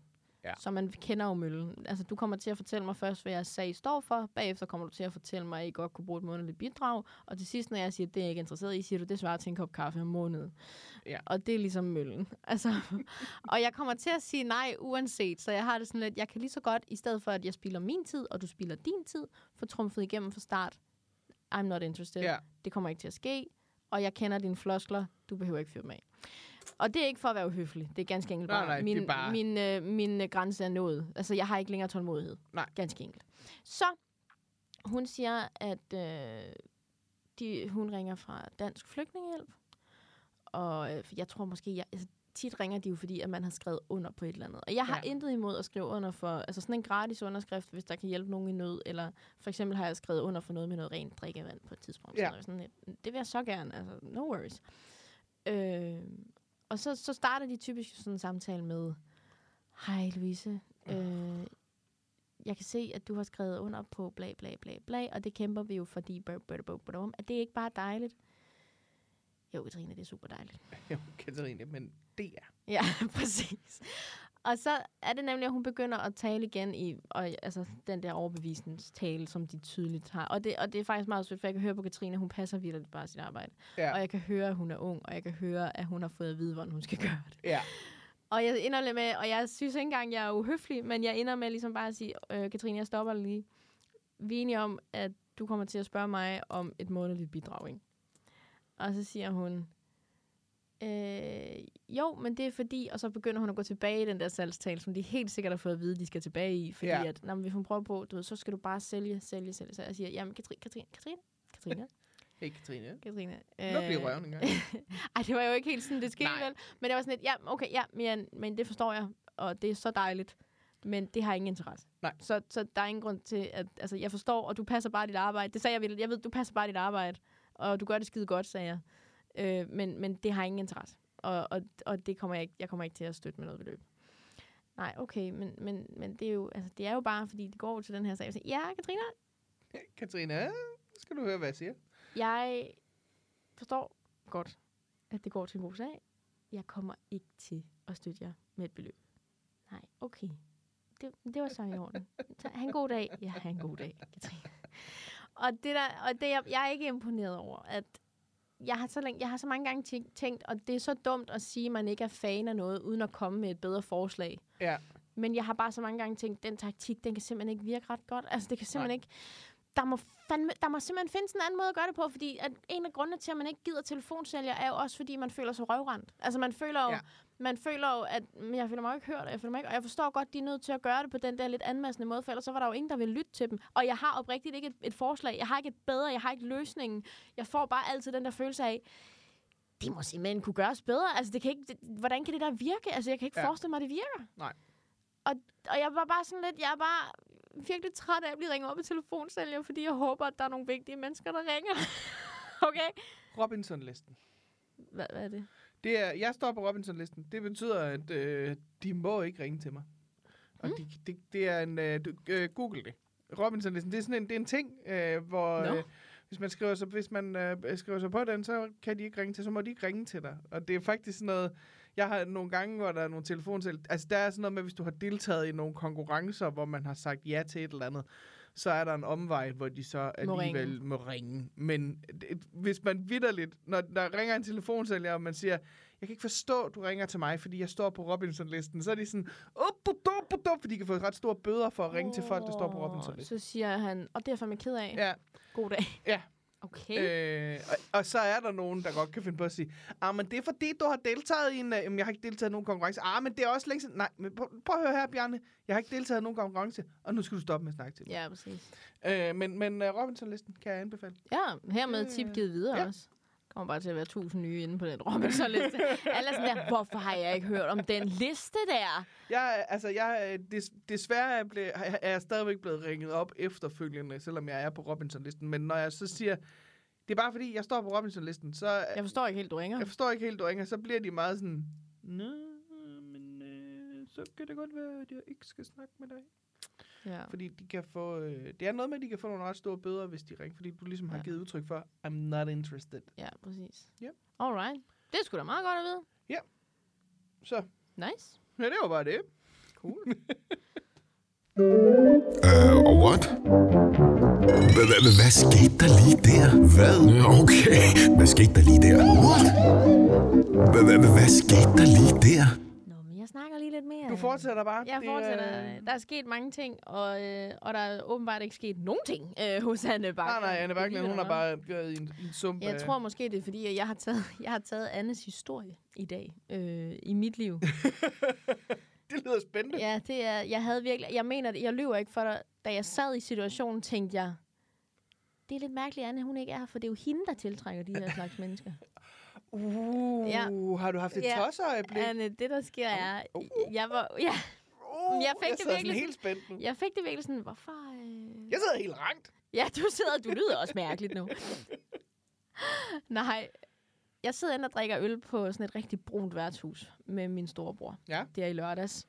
Speaker 1: Ja.
Speaker 2: Så man kender jo møllen. Altså, du kommer til at fortælle mig først, hvad jeres sag står for. Bagefter kommer du til at fortælle mig, at I godt kunne bruge et månedligt bidrag. Og til sidst, når jeg siger, at det er jeg ikke interesseret i, siger du, det svarer til en kop kaffe om måneden.
Speaker 1: Ja.
Speaker 2: Og det er ligesom møllen. [LAUGHS] Altså, og jeg kommer til at sige nej uanset. Så jeg har det sådan lidt, jeg kan lige så godt, i stedet for, at jeg spilder min tid, og du spilder din tid, få trumfet igennem fra start. I'm not interested
Speaker 1: Ja.
Speaker 2: det kommer ikke til at ske, og jeg kender dine floskler, du behøver ikke fyre mig af. Og det er ikke for at være uhøflig, det er ganske enkelt
Speaker 1: Nej,
Speaker 2: bare,
Speaker 1: nej, det
Speaker 2: min,
Speaker 1: er bare-
Speaker 2: min, øh, min øh, grænse er nået. Altså, jeg har ikke længere tålmodighed.
Speaker 1: Nej.
Speaker 2: Ganske enkelt. Så, hun siger, at øh, de, hun ringer fra Dansk Flygtningehjælp, og øh, for jeg tror måske, jeg, altså, tit ringer de jo, fordi at man har skrevet under på et eller andet. Og jeg har
Speaker 1: Ja.
Speaker 2: ja. intet imod at skrive under for, altså sådan en gratis underskrift, hvis der kan hjælpe nogen i nød, eller for eksempel har jeg skrevet under for noget med noget rent drikkevand på et tidspunkt.
Speaker 1: Ja.
Speaker 2: Ja. Sådan, noget. det vil jeg så gerne, altså no worries. Øh, og så, så starter de typisk sådan en samtale med, hej Louise, øh, jeg kan se, at du har skrevet under på bla bla bla bla, og det kæmper vi jo fordi, bla, bla, bla, bla, bla. er det ikke bare dejligt? Jo, Katrine, det er super dejligt. [LAUGHS]
Speaker 1: Jo, Katrine, men DR.
Speaker 2: Ja, præcis. Og så er det nemlig, at hun begynder at tale igen i og, altså, den der overbevisningstale, som de tydeligt har. Og det, og det er faktisk meget sødt, for jeg kan høre på Katrine, at hun passer virkelig bare sit arbejde.
Speaker 1: Ja.
Speaker 2: Og jeg kan høre, at hun er ung, og jeg kan høre, at hun har fået at vide, hvordan hun skal gøre det.
Speaker 1: Ja.
Speaker 2: Og jeg ender lidt med, og jeg synes ikke engang, jeg er uhøflig, men jeg ender med ligesom bare at sige, øh, Katrine, jeg stopper lige. Vi er enige om, at du kommer til at spørge mig om et månedligt bidrag, ikke? Og så siger hun, øh, jo, men det er fordi, og så begynder hun at gå tilbage i den der salgstal, som de helt sikkert har fået at vide, de skal tilbage i, fordi
Speaker 1: Ja.
Speaker 2: ja. at, "Nå, men hvis hun prøver på, du ved, så skal du bare sælge, sælge, sælge. Så jeg siger, jamen Katrine, Katrine, Katrine, Katrine,
Speaker 1: Hey, Katrine.
Speaker 2: Katrine.
Speaker 1: Nu
Speaker 2: Øh.
Speaker 1: bliver røven
Speaker 2: [LAUGHS]
Speaker 1: engang.
Speaker 2: Ej, det var jo ikke helt sådan, det skete
Speaker 1: Nej.
Speaker 2: vel. Men det var sådan lidt, ja, okay, ja, men, men det forstår jeg, og det er så dejligt. Men det har ingen interesse.
Speaker 1: Nej.
Speaker 2: Så, så der er ingen grund til, at altså, jeg forstår, og du passer bare dit arbejde. Det sagde jeg virkelig. Jeg ved, du passer bare dit arbejde, og du gør det skide godt, sagde jeg. Øh, men, men det har ingen interesse. Og, og, og det kommer jeg, ikke, jeg kommer ikke til at støtte med noget beløb. Nej, okay, men, men, men det, er jo, altså, det er jo bare, fordi det går jo til den her sag. Jeg siger, ja, Katrina,
Speaker 1: Hey, Katrine, nu skal du høre, hvad jeg siger.
Speaker 2: jeg forstår godt, at det går til en god sag. Jeg kommer ikke til at støtte jer med et beløb. Nej, okay. Det, det var så i orden. Så, ha' en god dag. Ja, ha' en god dag, Katrine. Og det, der, og det jeg, jeg er ikke imponeret over, at jeg har, så længe, jeg har så mange gange tænkt- tænkt, og det er så dumt at sige, at man ikke er fan af noget, uden at komme med et bedre forslag.
Speaker 1: Ja.
Speaker 2: Men jeg har bare så mange gange tænkt, den taktik, den kan simpelthen ikke virke ret godt. Altså, det kan simpelthen
Speaker 1: Nej.
Speaker 2: Nej. ikke... Der må, fandme, der må simpelthen findes en anden måde at gøre det på, fordi at en af grundene til, at man ikke gider telefonsælger, er jo også, fordi man føler sig røvrendt. Altså, man føler jo,
Speaker 1: Ja.
Speaker 2: ja. man føler jo at "Men jeg føler mig jo ikke hørt, og jeg føler mig ikke, og jeg forstår godt, de er nødt til at gøre det på den der lidt anmassende måde, for ellers så var der jo ingen, der ville lytte til dem. Og jeg har oprigtigt ikke et, et forslag, jeg har ikke et bedre, jeg har ikke løsningen. Jeg får bare altid den der følelse af, det må simpelthen kunne gøres bedre. Altså, det kan ikke, det, hvordan kan det der virke? Altså, jeg kan ikke
Speaker 1: Ja.
Speaker 2: ja. forestille mig, at det virker.
Speaker 1: Nej.
Speaker 2: Og, og jeg var bare sådan lidt, jeg er bare virkelig træt af at blive ringet op i telefonsælger, fordi jeg håber, at der er nogle vigtige mennesker, der ringer. [LAUGHS] okay?
Speaker 1: Robinson-listen.
Speaker 2: Hvad, hvad er det?
Speaker 1: Det er, jeg står på Robinson-listen. Det betyder, at øh, de må ikke ringe til mig. Og
Speaker 2: Hmm.
Speaker 1: de, det, det er en... Øh, du, øh, Google det. Robinson-listen, det er sådan en, det er en ting, øh, hvor...
Speaker 2: Nå.
Speaker 1: Øh, hvis man, skriver sig, hvis man øh, skriver sig på den, så kan de ikke ringe til, så må de ikke ringe til dig. Og det er faktisk sådan noget, jeg har nogle gange, hvor der er nogle telefonsæl, altså der er sådan noget med, hvis du har deltaget i nogle konkurrencer, hvor man har sagt ja til et eller andet, så er der en omvej, hvor de så
Speaker 2: Må ringe.
Speaker 1: alligevel må ringe. Men det, hvis man vidderligt, når der ringer en telefonsælger, og man siger, jeg kan ikke forstå, du ringer til mig, fordi jeg står på Robinson-listen, så er de sådan, op, op, op, op, fordi de kan få ret store bøder for at ringe oh, til folk, der står på
Speaker 2: Åh,
Speaker 1: Robinson-listen.
Speaker 2: Så siger han, og det er jeg fandme ked af.
Speaker 1: Ja,
Speaker 2: God dag.
Speaker 1: ja.
Speaker 2: Okay. Øh.
Speaker 1: Øh, og, og så er der nogen, der godt kan finde på at sige, ah, men det er fordi, du har deltaget i en... Øh, jamen, jeg har ikke deltaget i nogen konkurrence. Ah, men det er også længe siden... Nej, men prøv, prøv at høre her, Bjarne. Jeg har ikke deltaget i nogen konkurrence, og nu skal du stoppe med at snakke til mig.
Speaker 2: Ja, præcis.
Speaker 1: Ja. Øh, men men uh, Robinson-listen kan jeg anbefale.
Speaker 2: Ja, hermed tip givet videre
Speaker 1: øh, Ja.
Speaker 2: ja. også. Der kommer bare til at være tusind nye inde på den Robinson-liste. Alle er sådan der, hvorfor har jeg ikke hørt om den liste der?
Speaker 1: Jeg, er- altså, jeg, er, øh, des, desværre er jeg, ble, er jeg stadigvæk blevet ringet op efterfølgende, selvom jeg er på Robinson-listen. Men når jeg så siger, det er bare fordi, jeg står på Robinson-listen, så...
Speaker 2: Jeg forstår ikke helt, du ringer.
Speaker 1: Jeg forstår ikke helt, du ringer. Så bliver de meget sådan... Nå, men øh, så kan det godt være, at jeg ikke skal snakke med dig.
Speaker 2: Ja.
Speaker 1: Fordi de kan få... Øh, det er noget med, at de kan få nogle ret store bøder, hvis de ringer. Fordi du ligesom har
Speaker 2: Ja.
Speaker 1: givet udtryk for, I'm not interested.
Speaker 2: ja, præcis.
Speaker 1: Ja.
Speaker 2: Alright. Det er sgu da meget godt at vide.
Speaker 1: Så,
Speaker 2: Nice.
Speaker 1: ja, det var bare det. Cool.
Speaker 3: Øh, og what? Hva- hva- hva- Hvad skete der lige der? Hvad? Nå, Okay, hvad skete der lige der? What? Hva- hva- hva- Hvad skete der lige der?
Speaker 2: Nå, men jeg snakker lige lidt mere.
Speaker 1: [LAUGHS]
Speaker 2: øh.
Speaker 1: du fortsætter bare.
Speaker 2: Jeg
Speaker 1: Det er- øh,
Speaker 2: fortsætter. øh, Der er sket mange ting, og, øh, og der er åbenbart ikke sket nogen ting øh, [LAUGHS] hos Anne Bakker.
Speaker 1: Nej, nej, Anne Backland, hun har bare gået i en, i en sump.
Speaker 2: Jeg
Speaker 1: af-
Speaker 2: tror måske, det er fordi, at jeg har taget, [LAUGHS] jeg har taget Annes historie i dag øh, i mit
Speaker 1: [LAUGHS]
Speaker 2: liv.
Speaker 1: Det lyder spændende.
Speaker 2: Ja, det er, jeg havde virkelig, jeg mener det, jeg lyver ikke for dig. Da jeg sad i situationen, tænkte jeg, det er lidt mærkeligt, Anne, hun ikke er her, for det er jo hende, der tiltrækker de her
Speaker 1: [LAUGHS]
Speaker 2: slags mennesker.
Speaker 1: Uh,
Speaker 2: Ja.
Speaker 1: har du haft et
Speaker 2: Ja.
Speaker 1: tosseøjeblik?
Speaker 2: Anne, det der sker er,
Speaker 1: Uh.
Speaker 2: jeg, var, ja,
Speaker 1: Uh,
Speaker 2: Jeg fik
Speaker 1: jeg
Speaker 2: det
Speaker 1: sidder
Speaker 2: virkelig
Speaker 1: sådan helt spændt nu.
Speaker 2: jeg fik det virkelig sådan, hvorfor... Øh,
Speaker 1: Jeg sidder helt rangt.
Speaker 2: Ja, du sidder, du lyder også mærkeligt nu. [LAUGHS] Nej, jeg sidder inde og drikker øl på sådan et rigtig brunt værtshus med min storebror.
Speaker 1: Ja.
Speaker 2: Det er i lørdags.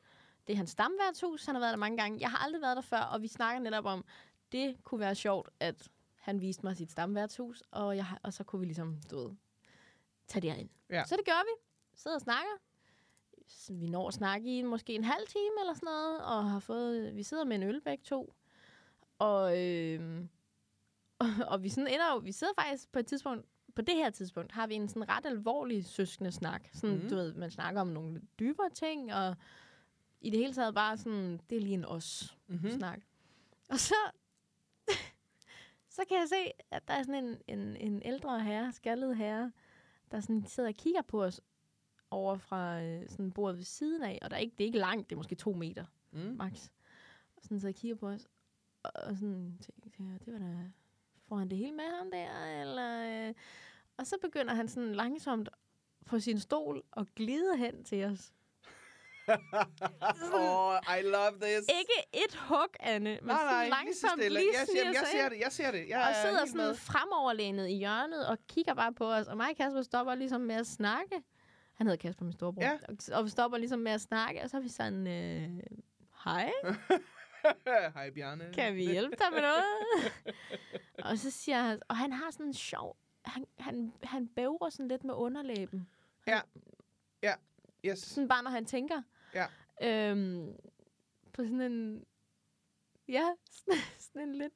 Speaker 2: Det er hans stamværtshus, han har været der mange gange. Jeg har aldrig været der før, og vi snakker netop om, det kunne være sjovt, at han viste mig sit stamværtshus, og, jeg, har- og så kunne vi ligesom, du ved, tage det ind.
Speaker 1: Ja.
Speaker 2: Så det gør vi. Sidder og snakker. s- vi når at snakke i måske en halv time eller sådan noget, og har fået, vi sidder med en øl begge to, og, øh, og, [LAUGHS] og vi, sådan ender, jo- vi sidder faktisk på et tidspunkt, på det her tidspunkt, har vi en sådan ret alvorlig søskende snak. Sådan,
Speaker 1: Mhm.
Speaker 2: mm. du ved, man snakker om nogle lidt dybere ting, og i det hele taget bare sådan, det er lige en os mm.
Speaker 1: Mm-hmm.
Speaker 2: snak. Og så, [LAUGHS] så kan jeg se, at der er sådan en, en, en ældre herre, skaldet herre, der sådan sidder og kigger på os over fra øh, sådan bordet ved siden af, og der er ikke, det er ikke langt, det er måske to meter,
Speaker 1: Mm.
Speaker 2: max. Og sådan sidder og kigger på os, og, og sådan tænker, jeg, det var da, får han det hele med ham der, eller... Øh? Og så begynder han sådan langsomt på sin stol og glide hen til os.
Speaker 1: [LAUGHS] oh, I love this.
Speaker 2: Ikke et hug, Anne, men
Speaker 1: nej, nej,
Speaker 2: sådan
Speaker 1: lige så
Speaker 2: langsomt
Speaker 1: stille.
Speaker 2: lige
Speaker 1: jeg,
Speaker 2: sniger
Speaker 1: ser, jeg
Speaker 2: sig
Speaker 1: ser
Speaker 2: ind.
Speaker 1: det, jeg ser det. Jeg
Speaker 2: og
Speaker 1: er
Speaker 2: sidder
Speaker 1: helt
Speaker 2: sådan
Speaker 1: med.
Speaker 2: fremoverlænet i hjørnet og kigger bare på os. Og mig og Kasper stopper ligesom med at snakke. Han hedder Kasper, min storebror.
Speaker 1: Ja.
Speaker 2: Og, og vi stopper ligesom med at snakke, og så er vi sådan, øh, hej,
Speaker 1: [LAUGHS] Hej, Bjarne.
Speaker 2: kan vi hjælpe dig med noget? og så siger han, og han har sådan en sjov, han, han, han bævrer sådan lidt med underlæben.
Speaker 1: Yes.
Speaker 2: Sådan bare, når han tænker.
Speaker 1: Ja.
Speaker 2: Øhm, på sådan en, ja, sådan, [LAUGHS] sådan en lidt,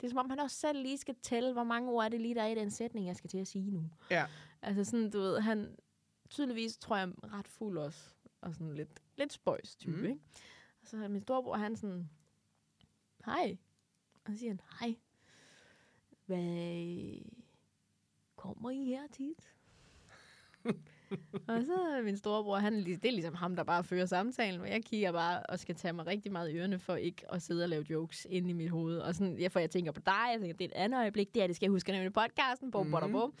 Speaker 2: det er som om, han også selv lige skal tælle, hvor mange ord er det lige, der er i den sætning, jeg skal til at sige nu.
Speaker 1: Ja.
Speaker 2: Altså sådan, du ved, han tydeligvis, tror jeg, er ret fuld også. Og sådan lidt, lidt spøjs type,
Speaker 1: Mm.
Speaker 2: mm. ikke? Og så er min storebror, han sådan, hej. Og så siger han, hej. Hvad øh, kommer I her tit? og så er min storebror, han, er lige- det er ligesom ham, der bare fører samtalen, og jeg kigger bare og skal tage mig rigtig meget i ørerne for ikke at sidde og lave jokes inde i mit hoved. Og sådan, jeg, for jeg tænker på dig, jeg tænker, det er et andet øjeblik, det her, det skal jeg huske at nævne i podcasten, bum, bada,
Speaker 1: Mhm.
Speaker 2: bum.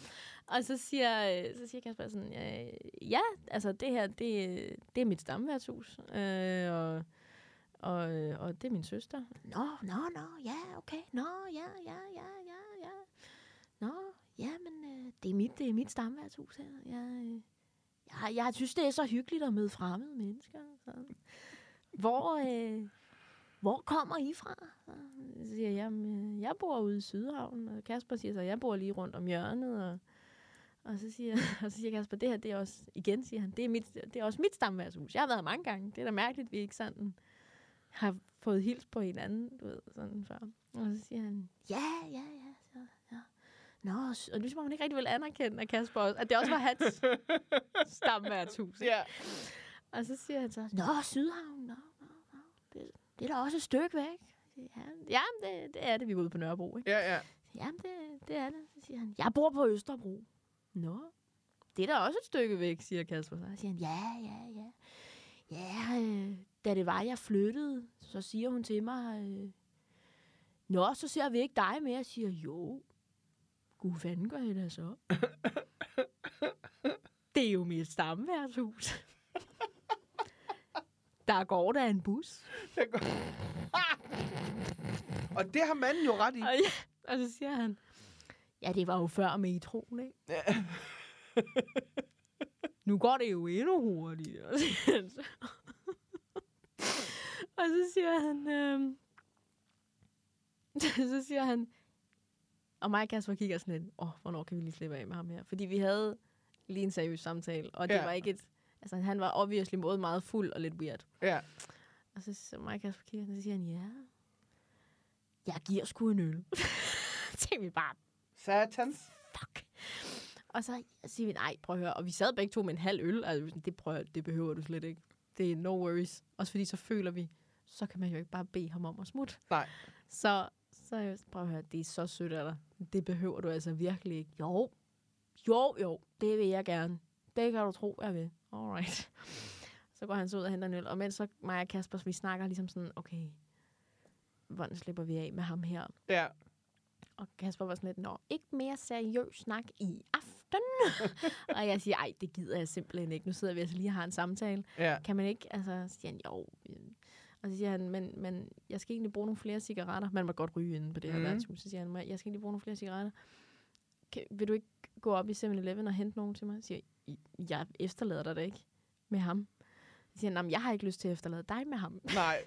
Speaker 2: Og så siger, øh, så siger Kasper sådan, øh, ja, altså det her, det, øh, det er mit stamværtshus, øh, og, og, øh, og det er min søster. Nå, nå, nå, ja, okay, nå, ja, ja, ja, ja, ja. Nå, ja, men øh, det er mit, det er mit stamværtshus her. Jeg, øh, jeg, jeg synes, det er så hyggeligt at møde fremmede mennesker. Sådan. Hvor, øh, hvor kommer I fra? Så siger jeg, jamen, øh, jeg bor ude i Sydhavn, og Kasper siger så, jeg bor lige rundt om hjørnet, og, og så siger, [LAUGHS] og så siger Kasper, det her, det er også, igen siger han, det er, mit, det er også mit stamværshus. Jeg har været her mange gange. Det er da mærkeligt, vi ikke sådan har fået hils på hinanden, du ved, sådan før. Og så siger han, ja, ja, ja, så, ja. Nå, s- og det er som om, han ikke rigtig vil anerkende, at Kasper også, at det også var hans stamværtshus. ikke?
Speaker 1: Ja.
Speaker 2: Og så siger han så, Nå, Sydhavn, nå, nå, nå. Det, det er da også et stykke væk. Ja, jamen, det, det er det, vi er ude på Nørrebro, ikke?
Speaker 1: Ja, ja.
Speaker 2: Jamen, det, det er det, så siger han. Jeg bor på Østerbro. Nå, det er da også et stykke væk, siger Kasper. Så siger han, ja, ja, ja. Ja, øh, da det var, jeg flyttede, så siger hun til mig, øh, Nå, så ser vi ikke dig mere, siger jeg, jo. Gud fanden gør jeg da så? det er jo mit [LAUGHS] stammeværtshus. Der går der en bus.
Speaker 1: Jeg går... og det har manden jo ret i.
Speaker 2: Og, ja, og så siger han, ja, det var jo før metroen, ikke? Ja.
Speaker 1: [LAUGHS]
Speaker 2: nu går det jo endnu hurtigere, siger han så. og så siger han, øhm, [LAUGHS] så siger han, og mig og Kasper kigger sådan lidt, åh, oh, hvornår kan vi lige slippe af med ham her? Fordi vi havde lige en seriøs samtale, og det
Speaker 1: Ja.
Speaker 2: ja. var ikke et, altså han var obviously både meget fuld og lidt weird.
Speaker 1: Ja.
Speaker 2: Og så, så mig og Kasper kigger, og så siger han, ja, jeg giver sgu en øl. [LAUGHS] Tænkte vi bare,
Speaker 1: Satans.
Speaker 2: fuck. Og så siger vi, nej, prøv at høre. Og vi sad begge to med en halv øl. Altså, vi var sådan, det, prøv, at høre, det behøver du slet ikke. Det er no worries. Også fordi så føler vi, så kan man jo ikke bare bede ham om at smutte.
Speaker 1: Nej.
Speaker 2: Så, så er jeg sådan, prøv at høre, det er så sødt af dig. Det behøver du altså virkelig ikke. Jo, jo, jo, det vil jeg gerne. Det kan du tro, jeg vil. Alright. [LAUGHS] Så går han så ud og henter en øl. Og mens så mig og Kasper, vi snakker ligesom sådan, okay, hvordan slipper vi af med ham her?
Speaker 1: Ja.
Speaker 2: Og Kasper var sådan lidt, nå, ikke mere seriøs snak i aften. og jeg siger, ej, det gider jeg simpelthen ikke. Nu sidder vi altså lige og har en samtale.
Speaker 1: Ja.
Speaker 2: Kan man ikke? Altså, så siger han, jo. Og så siger han, men, men jeg skal egentlig bruge nogle flere cigaretter. Man må godt ryge inde på det her
Speaker 1: Mhm.
Speaker 2: mm. værtshus. Så siger han, "Men jeg skal egentlig bruge nogle flere cigaretter. Kan, vil du ikke gå op i 7-Eleven og hente nogen til mig? Så siger jeg, "I- jeg efterlader dig da ikke med ham. Så siger han, "Nå, men jeg har ikke lyst til at efterlade dig med ham.
Speaker 1: Nej.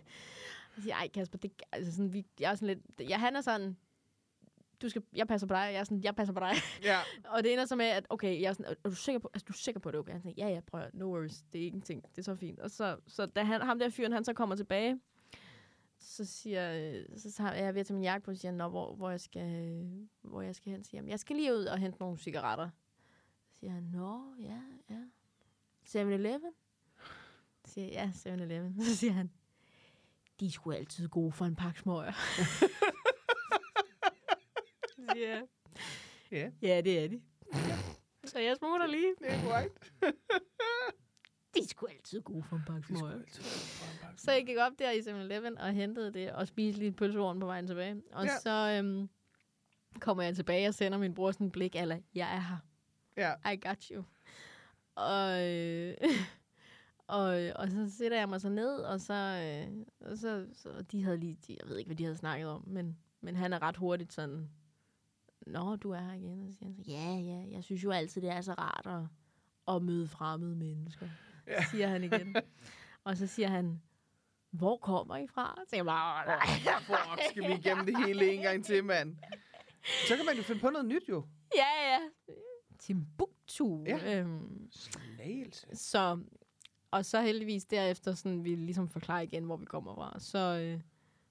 Speaker 2: Jeg siger, ej Kasper, det, altså sådan, vi, jeg er sådan lidt, ja, han er sådan, du skal, jeg passer på dig, og jeg er sådan, jeg passer på dig. [LAUGHS]
Speaker 1: Ja.
Speaker 2: og det ender så med, at okay, jeg er, sådan, er er du sikker på, altså, du er sikker på at det, er okay? Han er sådan, ja, ja, prøv at, høre, no worries, det er ingenting, det er så fint. Og så, så da han, ham der fyren, han så kommer tilbage, så siger, øh, så tager jeg ved at tage min jakke på, og siger, han, Nå, hvor, hvor, jeg skal, øh, hvor jeg skal hen, siger, han, jeg skal lige ud og hente nogle cigaretter. Så siger han, nå, ja, ja. 7-Eleven? Så Siger jeg, ja, 7-Eleven. [LAUGHS] Så siger han, de er sgu altid gode for en pakke smøger. [LAUGHS] Så siger jeg,
Speaker 1: Ja.
Speaker 2: Ja, det er de. [LAUGHS] Så jeg smutter lige.
Speaker 1: Det er korrekt.
Speaker 2: De skulle altid gode for en pakke smøger. Så jeg gik op der i 7-Eleven og hentede det og spiste lige et pølsevogn på vejen tilbage. Og
Speaker 1: Ja.
Speaker 2: ja. så øhm, kommer jeg tilbage og sender min bror sådan en blik, eller jeg er her.
Speaker 1: Ja.
Speaker 2: I got you. Og, øh, [LAUGHS] og, og så sætter jeg mig så ned, og så, øh, og så, så og de havde lige, de, jeg ved ikke, hvad de havde snakket om, men, men han er ret hurtigt sådan, Nå, du er her igen, og så siger han så, ja, ja, jeg synes jo altid, det er så rart at, at møde fremmede mennesker,
Speaker 1: Ja.
Speaker 2: ja. siger han igen. og så siger han, hvor kommer I fra? Så jeg bare, "Åh, nej.
Speaker 1: Fuck, skal vi igennem det hele en gang til, mand? Så kan man jo finde på noget nyt, jo.
Speaker 2: ja, ja, Timbuktu.
Speaker 1: Ja.
Speaker 2: Øhm,
Speaker 1: Slagelse.
Speaker 2: Så, og så heldigvis derefter, sådan, vi ligesom forklarer igen, hvor vi kommer fra, så, øh,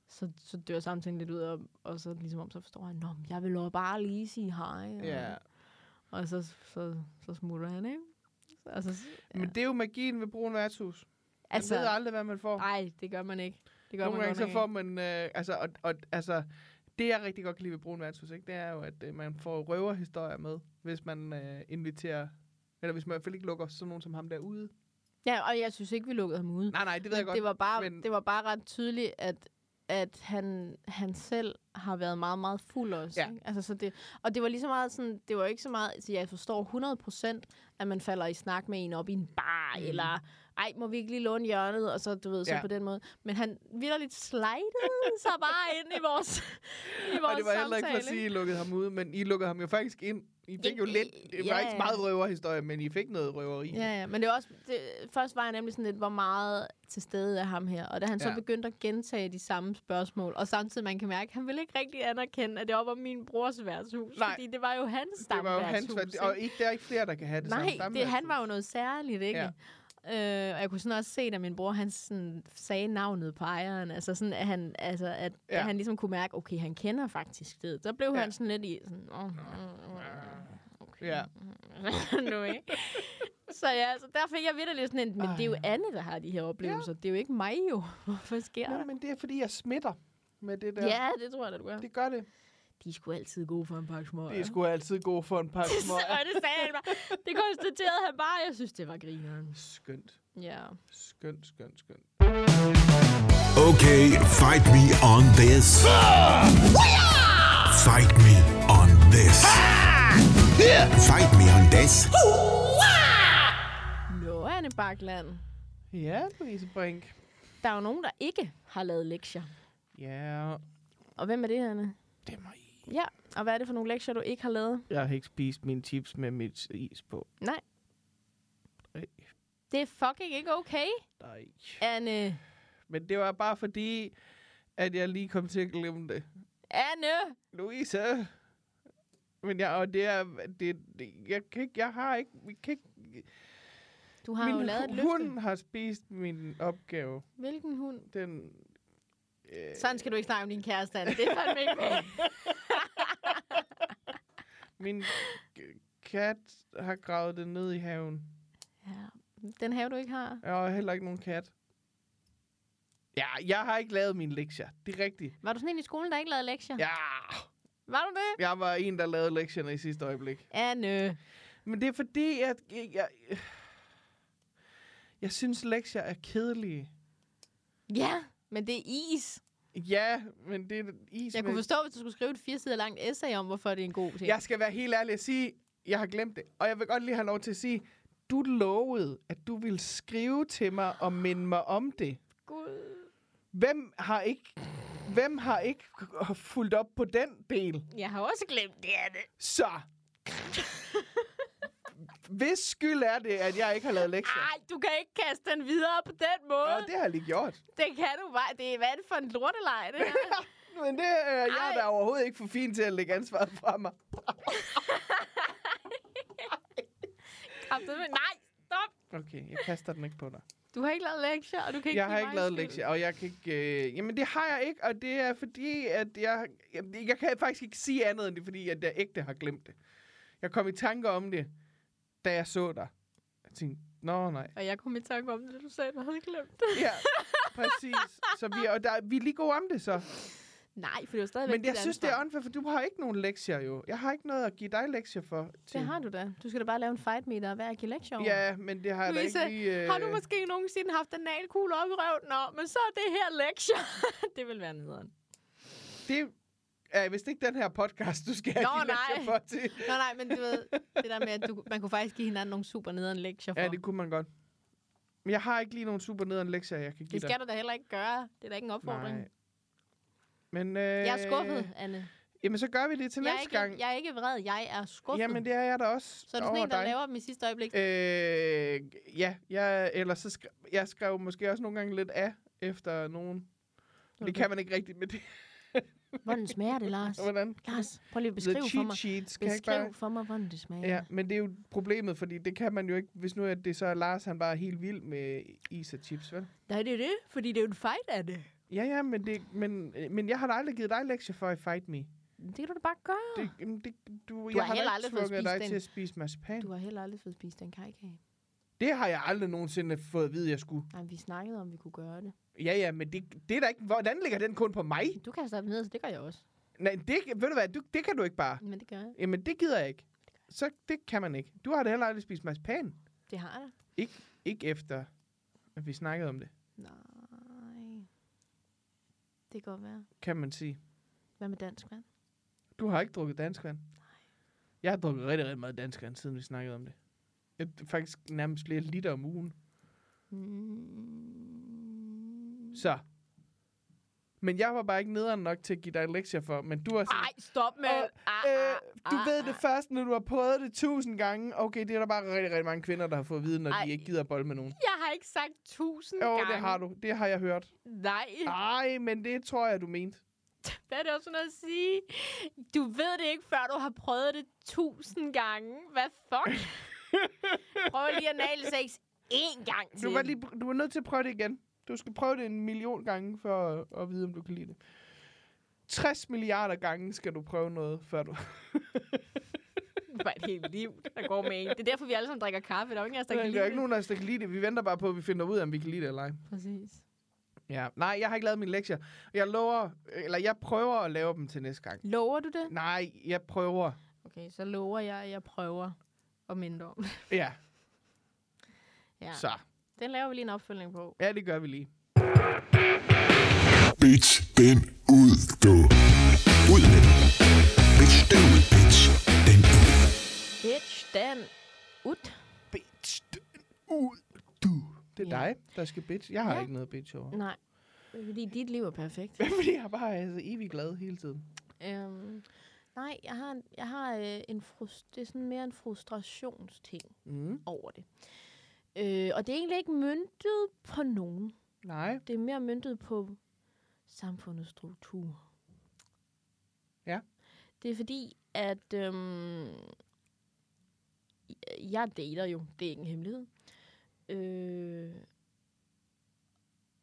Speaker 2: så, så dør samtalen lidt ud, og, og så ligesom om, så forstår han, Nå, men jeg vil jo bare lige sige hej. Og,
Speaker 1: Ja.
Speaker 2: og så, så, så smutter han, ikke? Altså, ja.
Speaker 1: Men det er jo magien ved Brun Værtshus. Man altså, ved
Speaker 2: altså,
Speaker 1: aldrig, hvad man får.
Speaker 2: nej, det gør man ikke. Det gør
Speaker 1: Nogle
Speaker 2: man
Speaker 1: gange
Speaker 2: godt
Speaker 1: så
Speaker 2: nok
Speaker 1: får
Speaker 2: ikke.
Speaker 1: man... Øh, altså, og, og, altså, det jeg rigtig godt kan lide ved Brun Værtshus, ikke, det er jo, at øh, man får røverhistorier med, hvis man øh, inviterer... Eller hvis man i hvert fald ikke lukker sådan nogen som ham derude.
Speaker 2: Ja, og jeg synes ikke, vi lukkede ham ude.
Speaker 1: Nej, nej, det ved jeg godt.
Speaker 2: det, var bare,
Speaker 1: men-
Speaker 2: men... det var bare ret tydeligt, at, at han, han selv har været meget, meget fuld også.
Speaker 1: Ja.
Speaker 2: Ja. Ikke? Altså, så det, og det var lige så meget sådan, det var ikke så meget, så jeg forstår 100%, at man falder i snak med en op i en bar,
Speaker 1: Mm.
Speaker 2: mm. eller ej, må vi ikke lige låne hjørnet, og så, du ved, så
Speaker 1: Ja.
Speaker 2: ja. på den måde. Men han vidderligt slidede sig bare ind i
Speaker 1: [LAUGHS]
Speaker 2: vores, i vores
Speaker 1: Og det var heller ikke
Speaker 2: samtale.
Speaker 1: for at sige, at I lukkede ham ud, men I lukkede ham jo faktisk ind. I fik
Speaker 2: Ind
Speaker 1: jo
Speaker 2: i-
Speaker 1: lidt, det var
Speaker 2: ja,
Speaker 1: ikke så
Speaker 2: ja.
Speaker 1: meget røverhistorie, men I fik noget røveri.
Speaker 2: Ja, ja, men det var også, det, først var jeg nemlig sådan lidt, hvor meget til stede er ham her. Og da han så
Speaker 1: Ja.
Speaker 2: ja. begyndte at gentage de samme spørgsmål, og samtidig man kan mærke, at han ville ikke rigtig anerkende, at det var, var min brors værtshus.
Speaker 1: Nej.
Speaker 2: Fordi det var jo hans
Speaker 1: Det var jo
Speaker 2: stamværtshus.
Speaker 1: hans,
Speaker 2: ikke?
Speaker 1: og ikke, der er ikke flere, der kan have det samme
Speaker 2: Nej, det, han var jo noget særligt, ikke?
Speaker 1: Ja.
Speaker 2: Ja. Øh, og jeg kunne sådan også se, da min bror han sådan, sagde navnet på ejeren, altså sådan, at han, altså, at,
Speaker 1: Ja.
Speaker 2: ja. han ligesom kunne mærke, okay, han kender faktisk det. Så blev
Speaker 1: Ja.
Speaker 2: ja. han sådan lidt i, sådan, oh, okay.
Speaker 1: Ja.
Speaker 2: [LAUGHS] nu, ikke? Så ja, så der fik jeg vitterligt sådan en, men det er jo Anne, der har de her oplevelser. Ja. Det er jo ikke mig jo. [LAUGHS] Hvorfor sker
Speaker 1: Nå,
Speaker 2: der?
Speaker 1: men det er, fordi jeg smitter med det der.
Speaker 2: Ja, det tror jeg, da, du gør.
Speaker 1: Det gør det.
Speaker 2: De er sgu altid gode for en pakke smøger.
Speaker 1: Det er
Speaker 2: [LAUGHS]
Speaker 1: sgu altid godt for en pakke små.
Speaker 2: og det sagde han bare. Det konstaterede han bare. Jeg synes, det var grineren.
Speaker 1: Skønt.
Speaker 2: Ja.
Speaker 1: Skønt, skønt, skønt.
Speaker 3: Okay, fight me on this. Fight me on this. Fight me on this.
Speaker 2: Nå, Anne Bakland.
Speaker 1: Ja, Louise Brink.
Speaker 2: Der er jo nogen, der ikke har lavet lektier.
Speaker 1: Ja,
Speaker 2: Og hvem er det, Anne?
Speaker 1: det er mig.
Speaker 2: Ja, og hvad er det for nogle lektier, du ikke har lavet?
Speaker 1: Jeg har ikke spist mine chips med mit is på.
Speaker 2: Nej.
Speaker 1: Nej.
Speaker 2: Det er fucking ikke okay,
Speaker 1: Nej.
Speaker 2: Anne.
Speaker 1: Men det var bare fordi, at jeg lige kom til at glemme det.
Speaker 2: Anne!
Speaker 1: Louise. Men jeg, og det er, det, det, jeg, kan ikke, jeg har ikke, vi kan ikke,
Speaker 2: Du har jo lavet et
Speaker 1: min
Speaker 2: løfte.
Speaker 1: hund har spist min opgave.
Speaker 2: Hvilken hund?
Speaker 1: Den, øh,
Speaker 2: Sådan skal du ikke snakke om din kæreste, Anne. Det er fandme [LAUGHS] ikke
Speaker 1: min k- kat har gravet det ned i haven.
Speaker 2: ja. Den have, du ikke har.
Speaker 1: Jeg har heller ikke nogen kat. Ja, jeg har ikke lavet mine lektier. Det er rigtigt.
Speaker 2: Var du sådan en i skolen, der ikke lavede lektier?
Speaker 1: Ja,
Speaker 2: Var du det?
Speaker 1: jeg var en, der lavede lektierne i sidste øjeblik.
Speaker 2: Anne.
Speaker 1: Men det er fordi, at jeg, jeg, jeg synes, lektier er kedelige.
Speaker 2: Ja, men det er is.
Speaker 1: Ja, men det er is
Speaker 2: Jeg
Speaker 1: med
Speaker 2: kunne forstå, hvis du skulle skrive et fire sider langt essay om, hvorfor det er en god ting.
Speaker 1: Jeg skal være helt ærlig og sige, jeg har glemt det. Og jeg vil godt lige have lov til at sige, du lovede, at du ville skrive til mig og minde mig om det.
Speaker 2: Gud.
Speaker 1: Hvem har ikke, hvem har ikke fulgt op på den del?
Speaker 2: Jeg har også glemt det, Anne.
Speaker 1: Så! Hvis skyld er det, at jeg ikke har lavet lektier?
Speaker 2: Ej, du kan ikke kaste den videre på den måde.
Speaker 1: Nå, det har jeg lige gjort.
Speaker 2: [LAUGHS] Det kan du bare. Det er hvad er det for en lortelej, det her?
Speaker 1: Men det, øh, jeg er
Speaker 2: Ej.
Speaker 1: da overhovedet ikke for fin til at lægge ansvaret fra mig.
Speaker 2: Kraftedeme. Nej, stop!
Speaker 1: Okay, jeg kaster den ikke på dig.
Speaker 2: Du har ikke lavet lektier, og du kan ikke
Speaker 1: Jeg
Speaker 2: give
Speaker 1: har
Speaker 2: mig
Speaker 1: ikke lavet
Speaker 2: skyld.
Speaker 1: lektier, og jeg kan ikke... Øh, jamen, det har jeg ikke, og det er fordi, at jeg... Jeg, jeg kan faktisk ikke sige andet end det, fordi at jeg ægte har glemt det. Jeg kom i tanke om det, da jeg så dig. Jeg tænkte, nå nej.
Speaker 2: Og jeg kom i tanke om det, du sagde, at du havde glemt det. [LAUGHS]
Speaker 1: Ja, præcis. Så vi, og der, vi er lige gode om det så.
Speaker 2: Nej, for det var stadigvæk
Speaker 1: Men jeg
Speaker 2: dit
Speaker 1: synes, det er
Speaker 2: ansvar.
Speaker 1: unfair, for du har ikke nogen lektier jo. Jeg har ikke noget at give dig lektier for. Til.
Speaker 2: Det har du da. Du skal da bare lave en fight meter og være give lektier over.
Speaker 1: Ja, men det har jeg da
Speaker 2: Louise,
Speaker 1: ikke lige... Øh,
Speaker 2: Har du måske nogensinde haft en nalkugle op i røven? Nå, men så er det her lektier. [LAUGHS] det vil være nederen.
Speaker 1: Det er vist ikke den her podcast, du skal have
Speaker 2: Nå,
Speaker 1: de lektier
Speaker 2: nej.
Speaker 1: for til.
Speaker 2: Nå nej, men du ved, det der med, at du, man kunne faktisk give hinanden nogle super nederen lektier for.
Speaker 1: Ja, det kunne man godt. Men jeg har ikke lige nogen super nederen lektier, jeg kan give
Speaker 2: det
Speaker 1: dig.
Speaker 2: skal du da heller ikke gøre. Det er da ikke en opfordring.
Speaker 1: Nej. Men, øh,
Speaker 2: Jeg er skuffet, Anne.
Speaker 1: Jamen, så gør vi det til
Speaker 2: Jeg er,
Speaker 1: næste
Speaker 2: ikke,
Speaker 1: gang.
Speaker 2: jeg er ikke vred, jeg er skuffet.
Speaker 1: Jamen, det er jeg da også
Speaker 2: så er du sådan
Speaker 1: over
Speaker 2: en, der
Speaker 1: dig.
Speaker 2: laver dem i sidste øjeblik.
Speaker 1: Øh, ja, jeg, eller så skrev, jeg skrev måske også nogle gange lidt af efter nogen.
Speaker 2: Okay.
Speaker 1: Det kan man ikke rigtigt med det. [LAUGHS]
Speaker 2: Hvordan smager det, Lars?
Speaker 1: Hvordan?
Speaker 2: Lars, prøv lige at beskrive
Speaker 1: The
Speaker 2: for
Speaker 1: cheat
Speaker 2: mig.
Speaker 1: sheets. Kan jeg ikke
Speaker 2: Beskriv
Speaker 1: bare...
Speaker 2: for mig, hvordan det smager.
Speaker 1: Ja, men det er jo problemet, fordi det kan man jo ikke, hvis nu at det så er Lars, han bare er helt vild med is og chips, vel?
Speaker 2: Nej, det er det, fordi det er jo en fight af det.
Speaker 1: Ja, ja, men, det, men, men jeg har da aldrig givet dig lektier for at fight me.
Speaker 2: Det kan du da bare gøre.
Speaker 1: Det, jamen, det, du, du
Speaker 2: har
Speaker 1: jeg har,
Speaker 2: heller
Speaker 1: har
Speaker 2: aldrig
Speaker 1: ikke
Speaker 2: fået
Speaker 1: tvunget
Speaker 2: spist
Speaker 1: dig
Speaker 2: den.
Speaker 1: til at spise marcipan.
Speaker 2: Du har heller aldrig fået spist den kajkage.
Speaker 1: Det har jeg aldrig nogensinde fået at vide, jeg skulle.
Speaker 2: Nej, vi snakkede om, vi kunne gøre det.
Speaker 1: Ja, ja, men det, det er da ikke... Hvordan ligger den kun på mig?
Speaker 2: Du kaster dem ned, så det gør jeg også.
Speaker 1: Nej, det, ved du hvad, du, det kan du ikke bare.
Speaker 2: Men det gør jeg.
Speaker 1: Jamen, det gider jeg ikke. Så det kan man ikke. Du har da heller aldrig spist marcipan.
Speaker 2: Det har jeg.
Speaker 1: Ikke efter, at vi snakkede om det,
Speaker 2: Nej. Det kan godt være.
Speaker 1: kan man sige.
Speaker 2: Hvad med dansk vand?
Speaker 1: Du har ikke drukket danskvand. Jeg har drukket rigtig, rigtig meget danskvand, siden vi snakkede om det. Jeg, faktisk nærmest flere liter om ugen.
Speaker 2: Mm.
Speaker 1: Så. Men jeg var bare ikke nederen nok til at give dig lektier for, men du har sådan,
Speaker 2: Ej, stop med.
Speaker 1: Åh,
Speaker 2: Ah,
Speaker 1: øh,
Speaker 2: ah,
Speaker 1: du
Speaker 2: ah,
Speaker 1: ved
Speaker 2: ah.
Speaker 1: det først, når du har prøvet det tusind gange. Okay, det er der bare rigtig, rigtig mange kvinder, der har fået at vide, når Ej.
Speaker 2: Ej.
Speaker 1: de ikke gider bold med nogen.
Speaker 2: Jeg har ikke sagt tusind
Speaker 1: Jo,
Speaker 2: gange.
Speaker 1: det har du. Det har jeg hørt.
Speaker 2: Nej,
Speaker 1: Nej, men det tror jeg, du mente.
Speaker 2: hvad er det også noget at sige? Du ved det ikke, før du har prøvet det tusind gange. Hvad fuck? Prøv lige at nale sex én gang til.
Speaker 1: Du var, lige, du var nødt til at prøve det igen. Du skal prøve det en million gange, for at, at vide, om du kan lide det. 60 milliarder gange skal du prøve noget, før du...
Speaker 2: Det var et helt liv, der går med en. Det er derfor, vi alle sammen drikker kaffe. Der er jo ingen af os,
Speaker 1: [LAUGHS]
Speaker 2: der
Speaker 1: Der
Speaker 2: kan
Speaker 1: er
Speaker 2: lide
Speaker 1: ikke nogen af os, der kan lide det. Vi venter bare på, at vi finder ud af, om vi kan lide det eller ej.
Speaker 2: det. Præcis.
Speaker 1: Ja. Nej, jeg har ikke lavet mine lektier. Jeg lover, eller jeg prøver at lave dem til næste gang.
Speaker 2: Lover du det?
Speaker 1: Nej, jeg prøver.
Speaker 2: Okay, så lover jeg, at jeg prøver at minde om.
Speaker 1: Ja,
Speaker 2: Ja.
Speaker 1: ja, så.
Speaker 2: Den laver vi lige en opfølgning på.
Speaker 1: Ja, det gør vi lige.
Speaker 3: Bitch, den ud, du. Ud med den. Bitch, den ud, bitch. Den ud.
Speaker 2: Bitch, den ud.
Speaker 1: Bitch, den ud, du. Det er
Speaker 2: Ja.
Speaker 1: dig, der skal bitch. Jeg har
Speaker 2: Ja.
Speaker 1: ikke noget bitch over. [LAUGHS]
Speaker 2: Nej, det er fordi dit liv er perfekt.
Speaker 1: Fordi jeg bare er så evig glad hele tiden.
Speaker 2: øhm, nej, jeg har, en- jeg har øh, en frust, det er sådan mere en frustrationsting
Speaker 1: Mm.
Speaker 2: over det. Øh, og det er egentlig ikke myntet på nogen.
Speaker 1: Nej.
Speaker 2: Det er mere myntet på samfundets struktur.
Speaker 1: Ja.
Speaker 2: Det er fordi, at øhm, jeg dater jo. Det er ikke en hemmelighed. Øh,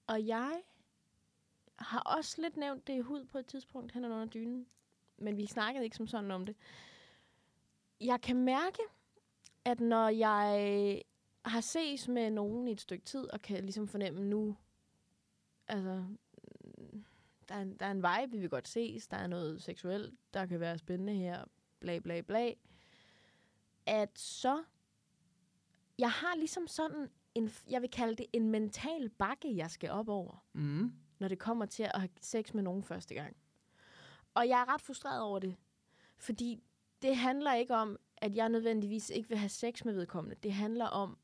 Speaker 2: og jeg har også lidt nævnt det i hud på et tidspunkt hen under dynen. Men vi snakkede ikke som sådan om det. Jeg kan mærke, at når jeg har ses med nogen i et stykke tid, og kan ligesom fornemme nu, altså, mm, der er, en, der er en vibe, vi vil godt ses, der er noget seksuelt, der kan være spændende her, bla bla bla, at så, jeg har ligesom sådan en, jeg vil kalde det en mental bakke, jeg skal op over
Speaker 1: Mm.
Speaker 2: når det kommer til at have sex med nogen første gang. Og jeg er ret frustreret over det, fordi det handler ikke om, at jeg nødvendigvis ikke vil have sex med vedkommende. Det handler om,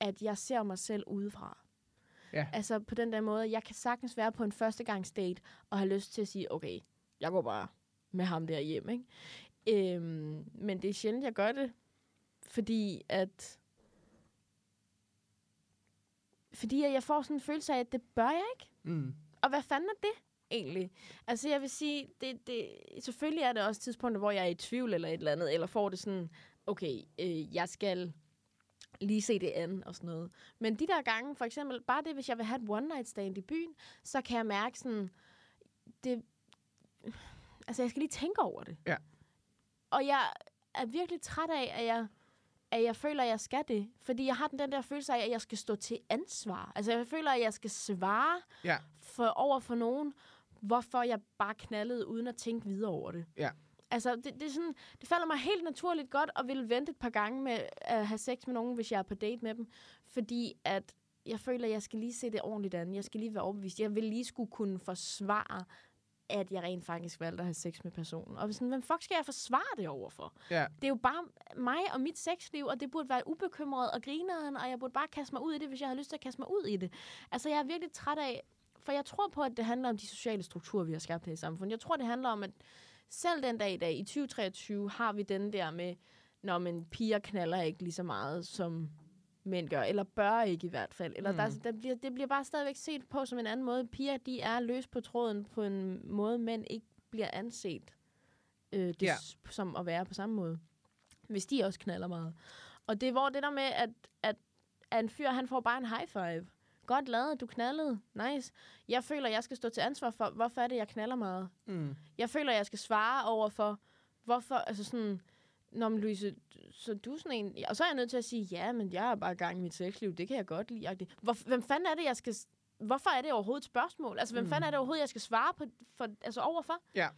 Speaker 2: at jeg ser mig selv udefra.
Speaker 1: Ja.
Speaker 2: Altså på den der måde, jeg kan sagtens være på en førstegangs date og have lyst til at sige, okay, jeg går bare med ham der hjem, ikke? Øhm, men det er sjældent, jeg gør det, fordi at... Fordi at jeg får sådan en følelse af, at det bør jeg ikke.
Speaker 1: Mm.
Speaker 2: Og hvad fanden er det egentlig. Altså, jeg vil sige, det, det, selvfølgelig er der også tidspunkter, hvor jeg er i tvivl eller et eller andet, eller får det sådan, okay, øh, jeg skal lige se det an og sådan noget. Men de der gange, for eksempel, bare det, hvis jeg vil have et one night stand i byen, så kan jeg mærke sådan, det, altså jeg skal lige tænke over det.
Speaker 1: Ja.
Speaker 2: Og jeg er virkelig træt af, at jeg, at jeg føler, at jeg skal det. Fordi jeg har den, den der følelse af, at jeg skal stå til ansvar. Altså jeg føler, at jeg skal svare
Speaker 1: Ja.
Speaker 2: for, over for nogen, hvorfor jeg bare knaldede uden at tænke videre over det.
Speaker 1: Ja.
Speaker 2: Altså, det, det, er sådan, det falder mig helt naturligt godt at ville vente et par gange med at have sex med nogen, hvis jeg er på date med dem. Fordi at jeg føler, at jeg skal lige se det ordentligt an. Jeg skal lige være overbevist. Jeg vil lige skulle kunne forsvare, at jeg rent faktisk valgte at have sex med personen. Og sådan, hvem fuck skal jeg forsvare det overfor?
Speaker 1: Ja.
Speaker 2: Det er jo bare mig og mit sexliv, og det burde være ubekymret og grineren, og jeg burde bare kaste mig ud i det, hvis jeg havde lyst til at kaste mig ud i det. Altså, jeg er virkelig træt af, for jeg tror på, at det handler om de sociale strukturer, vi har skabt her i samfundet. Jeg tror, det handler om, at selv den dag i dag, i 2023, har vi den der med, når man piger knaller ikke lige så meget, som mænd gør, eller bør ikke i hvert fald. Eller mm. der, der bliver, det bliver bare stadigvæk set på som en anden måde. Piger, de er løs på tråden på en måde, mænd ikke bliver anset øh, det,
Speaker 1: Ja.
Speaker 2: ja. som at være på samme måde. Hvis de også knaller meget. Og det er hvor det der med, at, at, at en fyr, han får bare en high five. Godt lavet, du knaldede. Nice. Jeg føler, jeg skal stå til ansvar for, hvorfor er det, jeg knaller meget
Speaker 1: Mm.
Speaker 2: jeg føler, jeg skal svare over for, hvorfor, altså sådan, når man Louise, så du er sådan en, og så er jeg nødt til at sige, ja, men jeg er bare i gang i mit sexliv, det kan jeg godt lide. agtigt. Hvor, hvem fanden er det, jeg skal, hvorfor er det overhovedet et spørgsmål? Altså, hvem mm. fanden er det overhovedet, jeg skal svare på, for, altså overfor?
Speaker 1: Ja.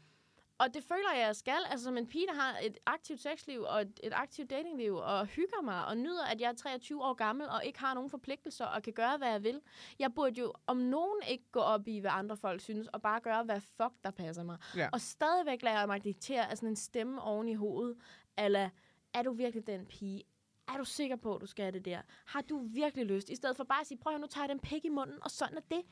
Speaker 2: Og det føler jeg, jeg skal. Altså, som en pige, der har et aktivt sexliv og et, et aktivt datingliv, og hygger mig, og nyder, at jeg er 23 år gammel, og ikke har nogen forpligtelser, og kan gøre, hvad jeg vil. Jeg burde jo om nogen ikke gå op i, hvad andre folk synes, og bare gøre, hvad fuck, der passer mig.
Speaker 1: Ja.
Speaker 2: Og stadigvæk lader jeg mig diktere af sådan en stemme oven i hovedet, eller er du virkelig den pige? Er du sikker på, at du skal det der? Har du virkelig lyst? I stedet for bare at sige, prøv at høre, nu tager jeg den pik i munden, og sådan er det.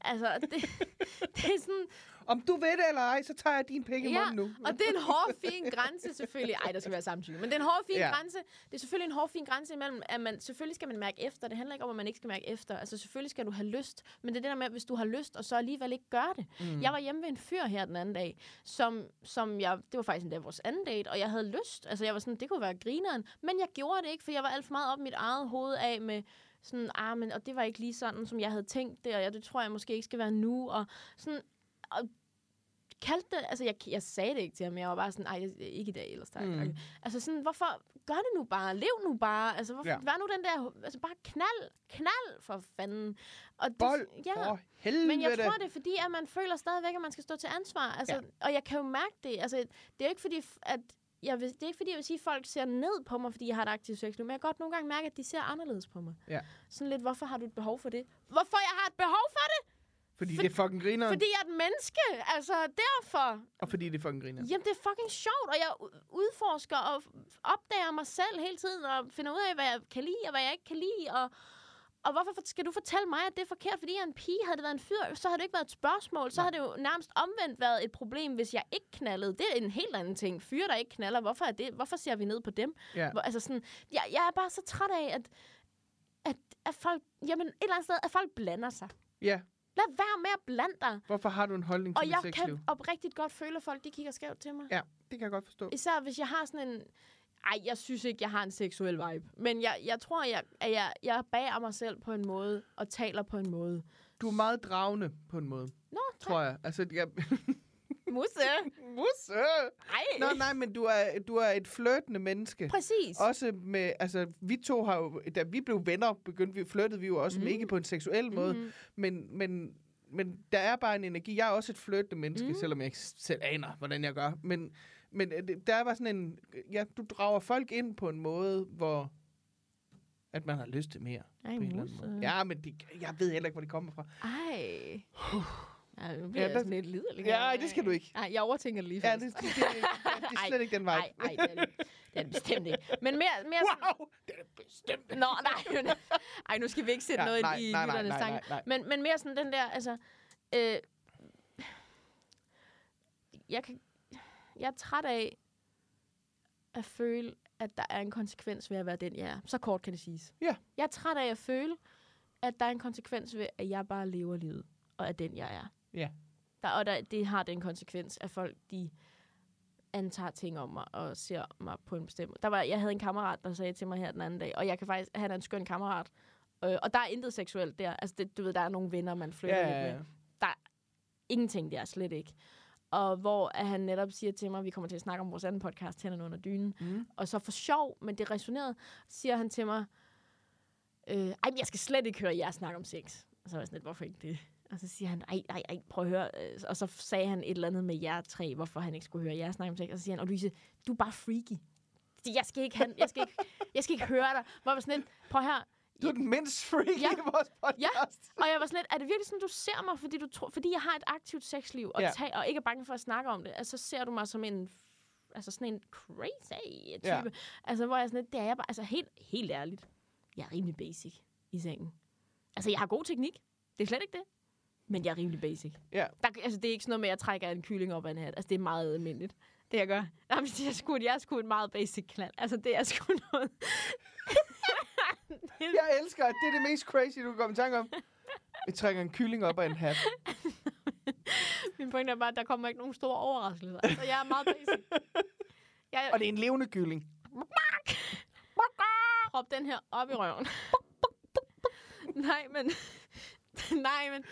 Speaker 2: Altså, det, [LAUGHS] det er sådan,
Speaker 1: Om du ved det eller ej, så tager jeg din penge ja, nu.
Speaker 2: og det er en hård, fin grænse selvfølgelig. Ej, der skal være samtykke. Men det er en hård, fin
Speaker 1: Ja.
Speaker 2: ja. grænse. Det er selvfølgelig en hård, fin grænse imellem, at man, selvfølgelig skal man mærke efter. Det handler ikke om, at man ikke skal mærke efter. Altså, selvfølgelig skal du have lyst. Men det er det der med, hvis du har lyst, og så alligevel ikke gør det. Mm. Jeg var hjemme ved en fyr her den anden dag, som, som jeg, det var faktisk en dag vores anden date, og jeg havde lyst. Altså, jeg var sådan, det kunne være grineren. Men jeg gjorde det ikke, for jeg var alt for meget op i mit eget hoved af med, sådan, ah, men, og det var ikke lige sådan, som jeg havde tænkt det, og jeg, det tror jeg måske ikke skal være nu, og sådan, og kaldte det, altså jeg, jeg sagde det ikke til ham, jeg var bare sådan, nej, ikke i dag ellers, tak.
Speaker 1: Mm.
Speaker 2: Mm. Altså sådan, hvorfor, gør det nu bare, lev nu bare, altså hvorfor,
Speaker 1: Ja.
Speaker 2: ja. vær nu den der, altså bare knald, knald for fanden. Og det,
Speaker 1: Bold for helvede.
Speaker 2: men jeg tror, det er fordi, at man føler stadigvæk, at man skal stå til ansvar. Altså, ja. Og jeg kan jo mærke det. Altså, det er jo ikke fordi, f- at jeg vil, det er ikke fordi, jeg vil sige, at folk ser ned på mig, fordi jeg har et aktivt sexliv. Men jeg kan godt nogle gange mærke, at de ser anderledes på mig.
Speaker 1: Ja.
Speaker 2: Sådan lidt, hvorfor har du et behov for det? Hvorfor jeg har et behov for det?
Speaker 1: Fordi
Speaker 2: for-
Speaker 1: det er fucking grineren.
Speaker 2: Fordi jeg er et menneske. Altså, derfor.
Speaker 1: Og fordi det er fucking grineren.
Speaker 2: Jamen, det er fucking sjovt, og jeg u- udforsker og f- opdager mig selv hele tiden, og finder ud af, hvad jeg kan lide, og hvad jeg ikke kan lide, og, og hvorfor for- skal du fortælle mig, at det er forkert, fordi jeg er en pige? Havde det været en fyr, så havde det ikke været et spørgsmål. Så havde det jo nærmest omvendt været et problem, hvis jeg ikke knaldede. Det er en helt anden ting. Fyre, der ikke knaller, hvorfor, er det, hvorfor ser vi ned på dem?
Speaker 1: Ja.
Speaker 2: Hvor, altså sådan, jeg, jeg er bare så træt af, at, at, at folk, jamen, et eller andet sted, at folk blander sig.
Speaker 1: ja.
Speaker 2: Lad være med at blande dig.
Speaker 1: Hvorfor har du en holdning til
Speaker 2: Og
Speaker 1: mit
Speaker 2: jeg
Speaker 1: sexliv?
Speaker 2: kan oprigtigt godt føle, at folk de kigger skævt til mig.
Speaker 1: Ja, det kan jeg godt forstå.
Speaker 2: Især hvis jeg har sådan en... Ej, jeg synes ikke, jeg har en seksuel vibe. Men jeg, jeg tror, jeg, at jeg, jeg bager mig selv på en måde, og taler på en måde.
Speaker 1: Du er meget dragende på en måde,
Speaker 2: Nå, tak,
Speaker 1: tror jeg. Altså, jeg... [LAUGHS]
Speaker 2: Musse.
Speaker 1: Musse!
Speaker 2: Ej.
Speaker 1: Nå, nej, men du er, du er et flirtende menneske.
Speaker 2: Præcis.
Speaker 1: Også med, altså, vi to har jo, da vi blev venner, begyndte vi, flirtede vi jo også, mm. men ikke på en seksuel måde, mm. men, men, men der er bare en energi. Jeg er også et flirtende menneske, mm. selvom jeg ikke selv aner, hvordan jeg gør, men, men øh, det- der er bare sådan en, ja, du drager folk ind på en måde, hvor at man har lyst til mere. på
Speaker 2: Ej,
Speaker 1: en eller anden
Speaker 2: Musse.
Speaker 1: måde. Ja, men det, jeg ved heller ikke, hvor det kommer fra.
Speaker 2: Ej. Ja, nu bliver
Speaker 1: Ja,
Speaker 2: ja,
Speaker 1: der-
Speaker 2: jeg sådan lidt liderlig.
Speaker 1: Ja,
Speaker 2: her.
Speaker 1: det skal du ikke.
Speaker 2: Nej, jeg overtænker det lige
Speaker 1: Ja,
Speaker 2: først.
Speaker 1: det, det, det, det er slet ikke den vej.
Speaker 2: Nej, nej, det er det- det er det bestemt ikke. Men mere, mere sådan-
Speaker 1: Wow! Det er bestemt.
Speaker 2: Nå, nej. men- Ej, nu skal vi ikke sætte
Speaker 1: Ja,
Speaker 2: ja, noget
Speaker 1: nej,
Speaker 2: ind i
Speaker 1: nej, nej,
Speaker 2: lytternes
Speaker 1: nej,
Speaker 2: tanke.
Speaker 1: nej,
Speaker 2: Men, men mere sådan den der, altså... Øh, jeg, kan, jeg er træt af at føle, at der er en konsekvens ved at være den, jeg er. Så kort kan det siges.
Speaker 1: Ja.
Speaker 2: Jeg er træt af at føle, at der er en konsekvens ved, at jeg bare lever livet og er den, jeg er.
Speaker 1: Ja.
Speaker 2: Der, og der, det har den konsekvens, at folk de antager ting om mig og ser mig på en bestemt måde. Der var, jeg havde en kammerat, der sagde til mig her den anden dag, og jeg kan faktisk, han er en skøn kammerat, øh, og der er intet seksuelt der. Altså, det, du ved, der er nogle venner, man flytter
Speaker 1: Ja,
Speaker 2: lidt
Speaker 1: ja,
Speaker 2: med
Speaker 1: ja.
Speaker 2: ingenting der, slet ikke. Og hvor at han netop siger til mig, vi kommer til at snakke om vores anden podcast, Hænderne under dynen.
Speaker 1: Mm.
Speaker 2: Og så for sjov, men det resonerede, siger han til mig, øh, ej, men jeg skal slet ikke høre jer snakke om sex. Og så var jeg sådan lidt, hvorfor ikke det? Og så siger han, ej, ej, ej, prøv at høre. øh, Og så sagde han et eller andet med jer tre, hvorfor han ikke skulle høre jer snakke om sex. Og så siger han, og Louise, du er bare freaky. Jeg skal ikke, han, jeg skal ikke, jeg skal ikke høre dig. Hvor jeg var sådan lidt, prøv her,
Speaker 1: Du er den mindst freaky ja.
Speaker 2: Ja.
Speaker 1: i vores podcast.
Speaker 2: og jeg var sådan lidt, er det virkelig sådan, du ser mig, fordi, du tror, fordi jeg har et aktivt sexliv, og,
Speaker 1: Ja.
Speaker 2: ja. tag, og ikke er bange for at snakke om det? Altså, så ser du mig som en altså sådan en crazy type.
Speaker 1: Ja.
Speaker 2: Ja. Altså, hvor jeg sådan lidt, det er jeg bare, altså helt, helt ærligt, jeg er rimelig basic i sengen. Altså, jeg har god teknik, det er slet ikke det, men jeg er rimelig basic.
Speaker 1: Ja.
Speaker 2: Der, altså, det er ikke sådan noget med, at jeg trækker en kylling op ad en hat. Altså, det er meget almindeligt, det jeg gør. Jamen, jeg er sgu, jeg er sgu en meget basic klan. Altså, det er sgu [LAUGHS] noget.
Speaker 1: Ja. Jeg elsker, at det er det mest crazy, du kan komme i tanke om. Vi trækker en kylling op af en hat.
Speaker 2: Min pointe er bare, at der kommer ikke nogen store overraskelser. Altså, jeg er meget
Speaker 1: [LAUGHS]
Speaker 2: basic. Jeg
Speaker 1: Og det er en levende kylling.
Speaker 2: prop den her op i røven. nej, men... nej, men...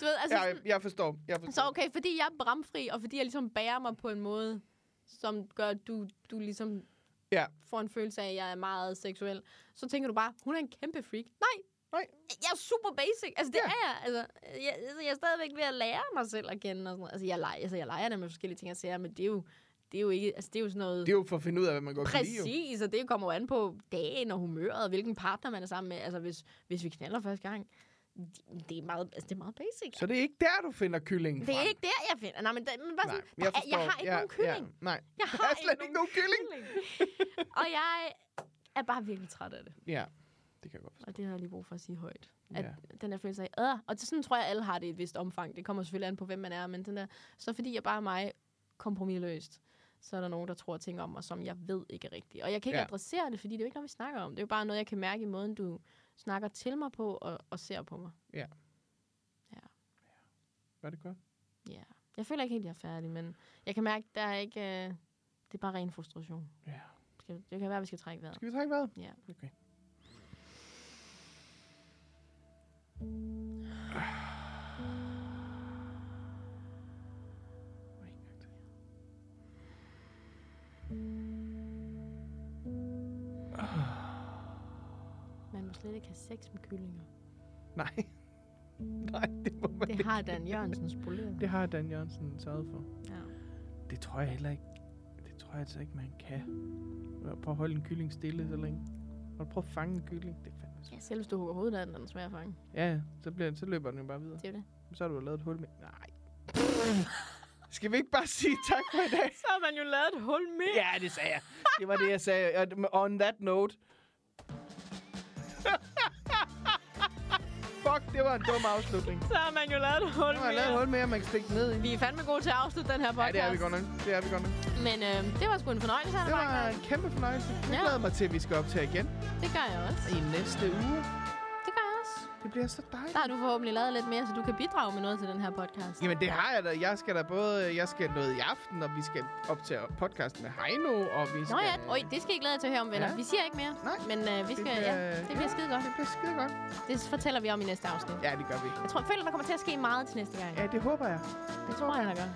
Speaker 2: Du ved, altså...
Speaker 1: Ja,
Speaker 2: Sådan,
Speaker 1: jeg, jeg forstår. Jeg forstår.
Speaker 2: så okay, fordi jeg er bramfri, og fordi jeg ligesom bærer mig på en måde, som gør, at du, du ligesom
Speaker 1: Ja.
Speaker 2: får en følelse af, at jeg er meget seksuel, så tænker du bare, hun er en kæmpe freak. Nej,
Speaker 1: Nej.
Speaker 2: jeg er super basic. Altså, det
Speaker 1: Ja.
Speaker 2: ja. er jeg. Altså, jeg, altså, jeg er stadigvæk ved at lære mig selv at kende. Og sådan noget. Altså, jeg leger, altså, jeg leger det med forskellige ting og sager, men det er jo, det er jo ikke... Altså, det er jo sådan noget...
Speaker 1: Det er jo for at finde ud af, hvad man godt kan lide.
Speaker 2: Præcis, og det kommer jo an på dagen og humøret, og hvilken partner man er sammen med. Altså, hvis, hvis vi knaller første gang, det- det er meget, altså, det er meget basic.
Speaker 1: jo. Så det er ikke der, du finder kyllingen
Speaker 2: Det
Speaker 1: fra.
Speaker 2: er ikke der, jeg finder. Nej, men, der, men bare
Speaker 1: Nej,
Speaker 2: sådan,
Speaker 1: jeg,
Speaker 2: der, er-
Speaker 1: forstår.
Speaker 2: jeg har ikke
Speaker 1: ja,
Speaker 2: nogen kylling.
Speaker 1: Ja, nej,
Speaker 2: Jeg
Speaker 1: der
Speaker 2: har
Speaker 1: er slet ikke nogen kylling.
Speaker 2: kylling. og jeg er bare virkelig træt af det.
Speaker 1: Ja, det kan jeg godt forstå.
Speaker 2: Og det har jeg lige brug for at sige højt. At
Speaker 1: Ja.
Speaker 2: den der følelse af, Ad. og det, sådan tror jeg, alle har det i et vist omfang. Det kommer selvfølgelig an på, hvem man er, men den der, så fordi jeg bare er mig kompromilløst, så er der nogen, der tror ting om mig, som jeg ved ikke er rigtigt. Og jeg kan ikke
Speaker 1: Ja.
Speaker 2: ja. adressere det, fordi det er jo ikke noget, vi snakker om. Det er jo bare noget, jeg kan mærke i måden, du snakker til mig på og, og ser på mig.
Speaker 1: Var det godt?
Speaker 2: Ja. Yeah. Jeg føler ikke helt, jeg er færdig, men jeg kan mærke, der er ikke... Øh, det er bare ren frustration.
Speaker 1: Ja.
Speaker 2: Skal- Det kan være, vi skal trække vejret.
Speaker 1: Skal vi trække vejret?
Speaker 2: Ja.
Speaker 1: Okay. Og en gang til.
Speaker 2: Man må slet ikke have sex med kyllinger.
Speaker 1: Nej. [LAUGHS] Nej, det må man
Speaker 2: Det har Dan Jørgensen spoleret.
Speaker 1: Det har Dan Jørgensen sørget for.
Speaker 2: Ja.
Speaker 1: Det tror jeg heller ikke. Det tror jeg altså ikke, man kan. Prøv at holde en kylling stille så længe. Og prøv at fange en kylling. Det er fandme svært.
Speaker 2: Ja, selv hvis du hugger hovedet af den, er den svær at fange.
Speaker 1: Ja, ja. så, bliver, så løber den jo bare videre.
Speaker 2: Det er jo det.
Speaker 1: Så har du lavet et hul med. Nej. [LAUGHS] Skal vi ikke bare sige tak for i dag?
Speaker 2: Så har man jo lavet et hul mere.
Speaker 1: Ja, det sagde jeg. Det var det, jeg sagde. Og on that note. [LAUGHS] Fuck, det var en dum afslutning.
Speaker 2: Så har man jo lavet et hul
Speaker 1: Nu har jeg lavet et hul mere, man kan stikke den ned i.
Speaker 2: Vi er fandme gode til at afslutte den her
Speaker 1: Ja,
Speaker 2: podcast.
Speaker 1: det er vi godt nok. Det er vi godt nok.
Speaker 2: Men øh, det var sgu en fornøjelse her.
Speaker 1: Det
Speaker 2: Frank.
Speaker 1: var en kæmpe fornøjelse. Jeg
Speaker 2: Ja.
Speaker 1: glæder mig til, at vi skal optage igen
Speaker 2: det gør jeg også.
Speaker 1: i næste uge.
Speaker 2: Det gør jeg også.
Speaker 1: Det bliver så
Speaker 2: Der
Speaker 1: dejligt.
Speaker 2: har du forhåbentlig lavet lidt mere, så du kan bidrage med noget til den her podcast.
Speaker 1: Jamen, det har jeg da. Jeg skal da både... Jeg skal noget i aften, og vi skal optage podcast med Heino, og vi skal...
Speaker 2: Nå ja, Øj, det skal I glæde jer til at høre om, venner.
Speaker 1: Ja.
Speaker 2: Ja. Vi siger ikke mere,
Speaker 1: Nej.
Speaker 2: men øh, vi skal, det,
Speaker 1: bliver-
Speaker 2: ja, det bliver skide godt.
Speaker 1: Det bliver skide godt.
Speaker 2: Det fortæller vi om i næste afsnit.
Speaker 1: Ja, det gør vi.
Speaker 2: Jeg tror, jeg føler, der kommer til at ske meget til næste gang.
Speaker 1: Ja, det håber jeg.
Speaker 2: Det tror jeg, der gør.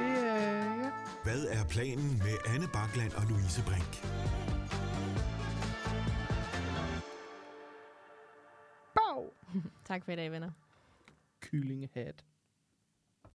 Speaker 1: Det, øh, ja.
Speaker 3: Hvad er planen med Anne Bakland og Louise Brink?
Speaker 1: Bag.
Speaker 2: Tak for i dag, venner.
Speaker 1: Kyllingehat.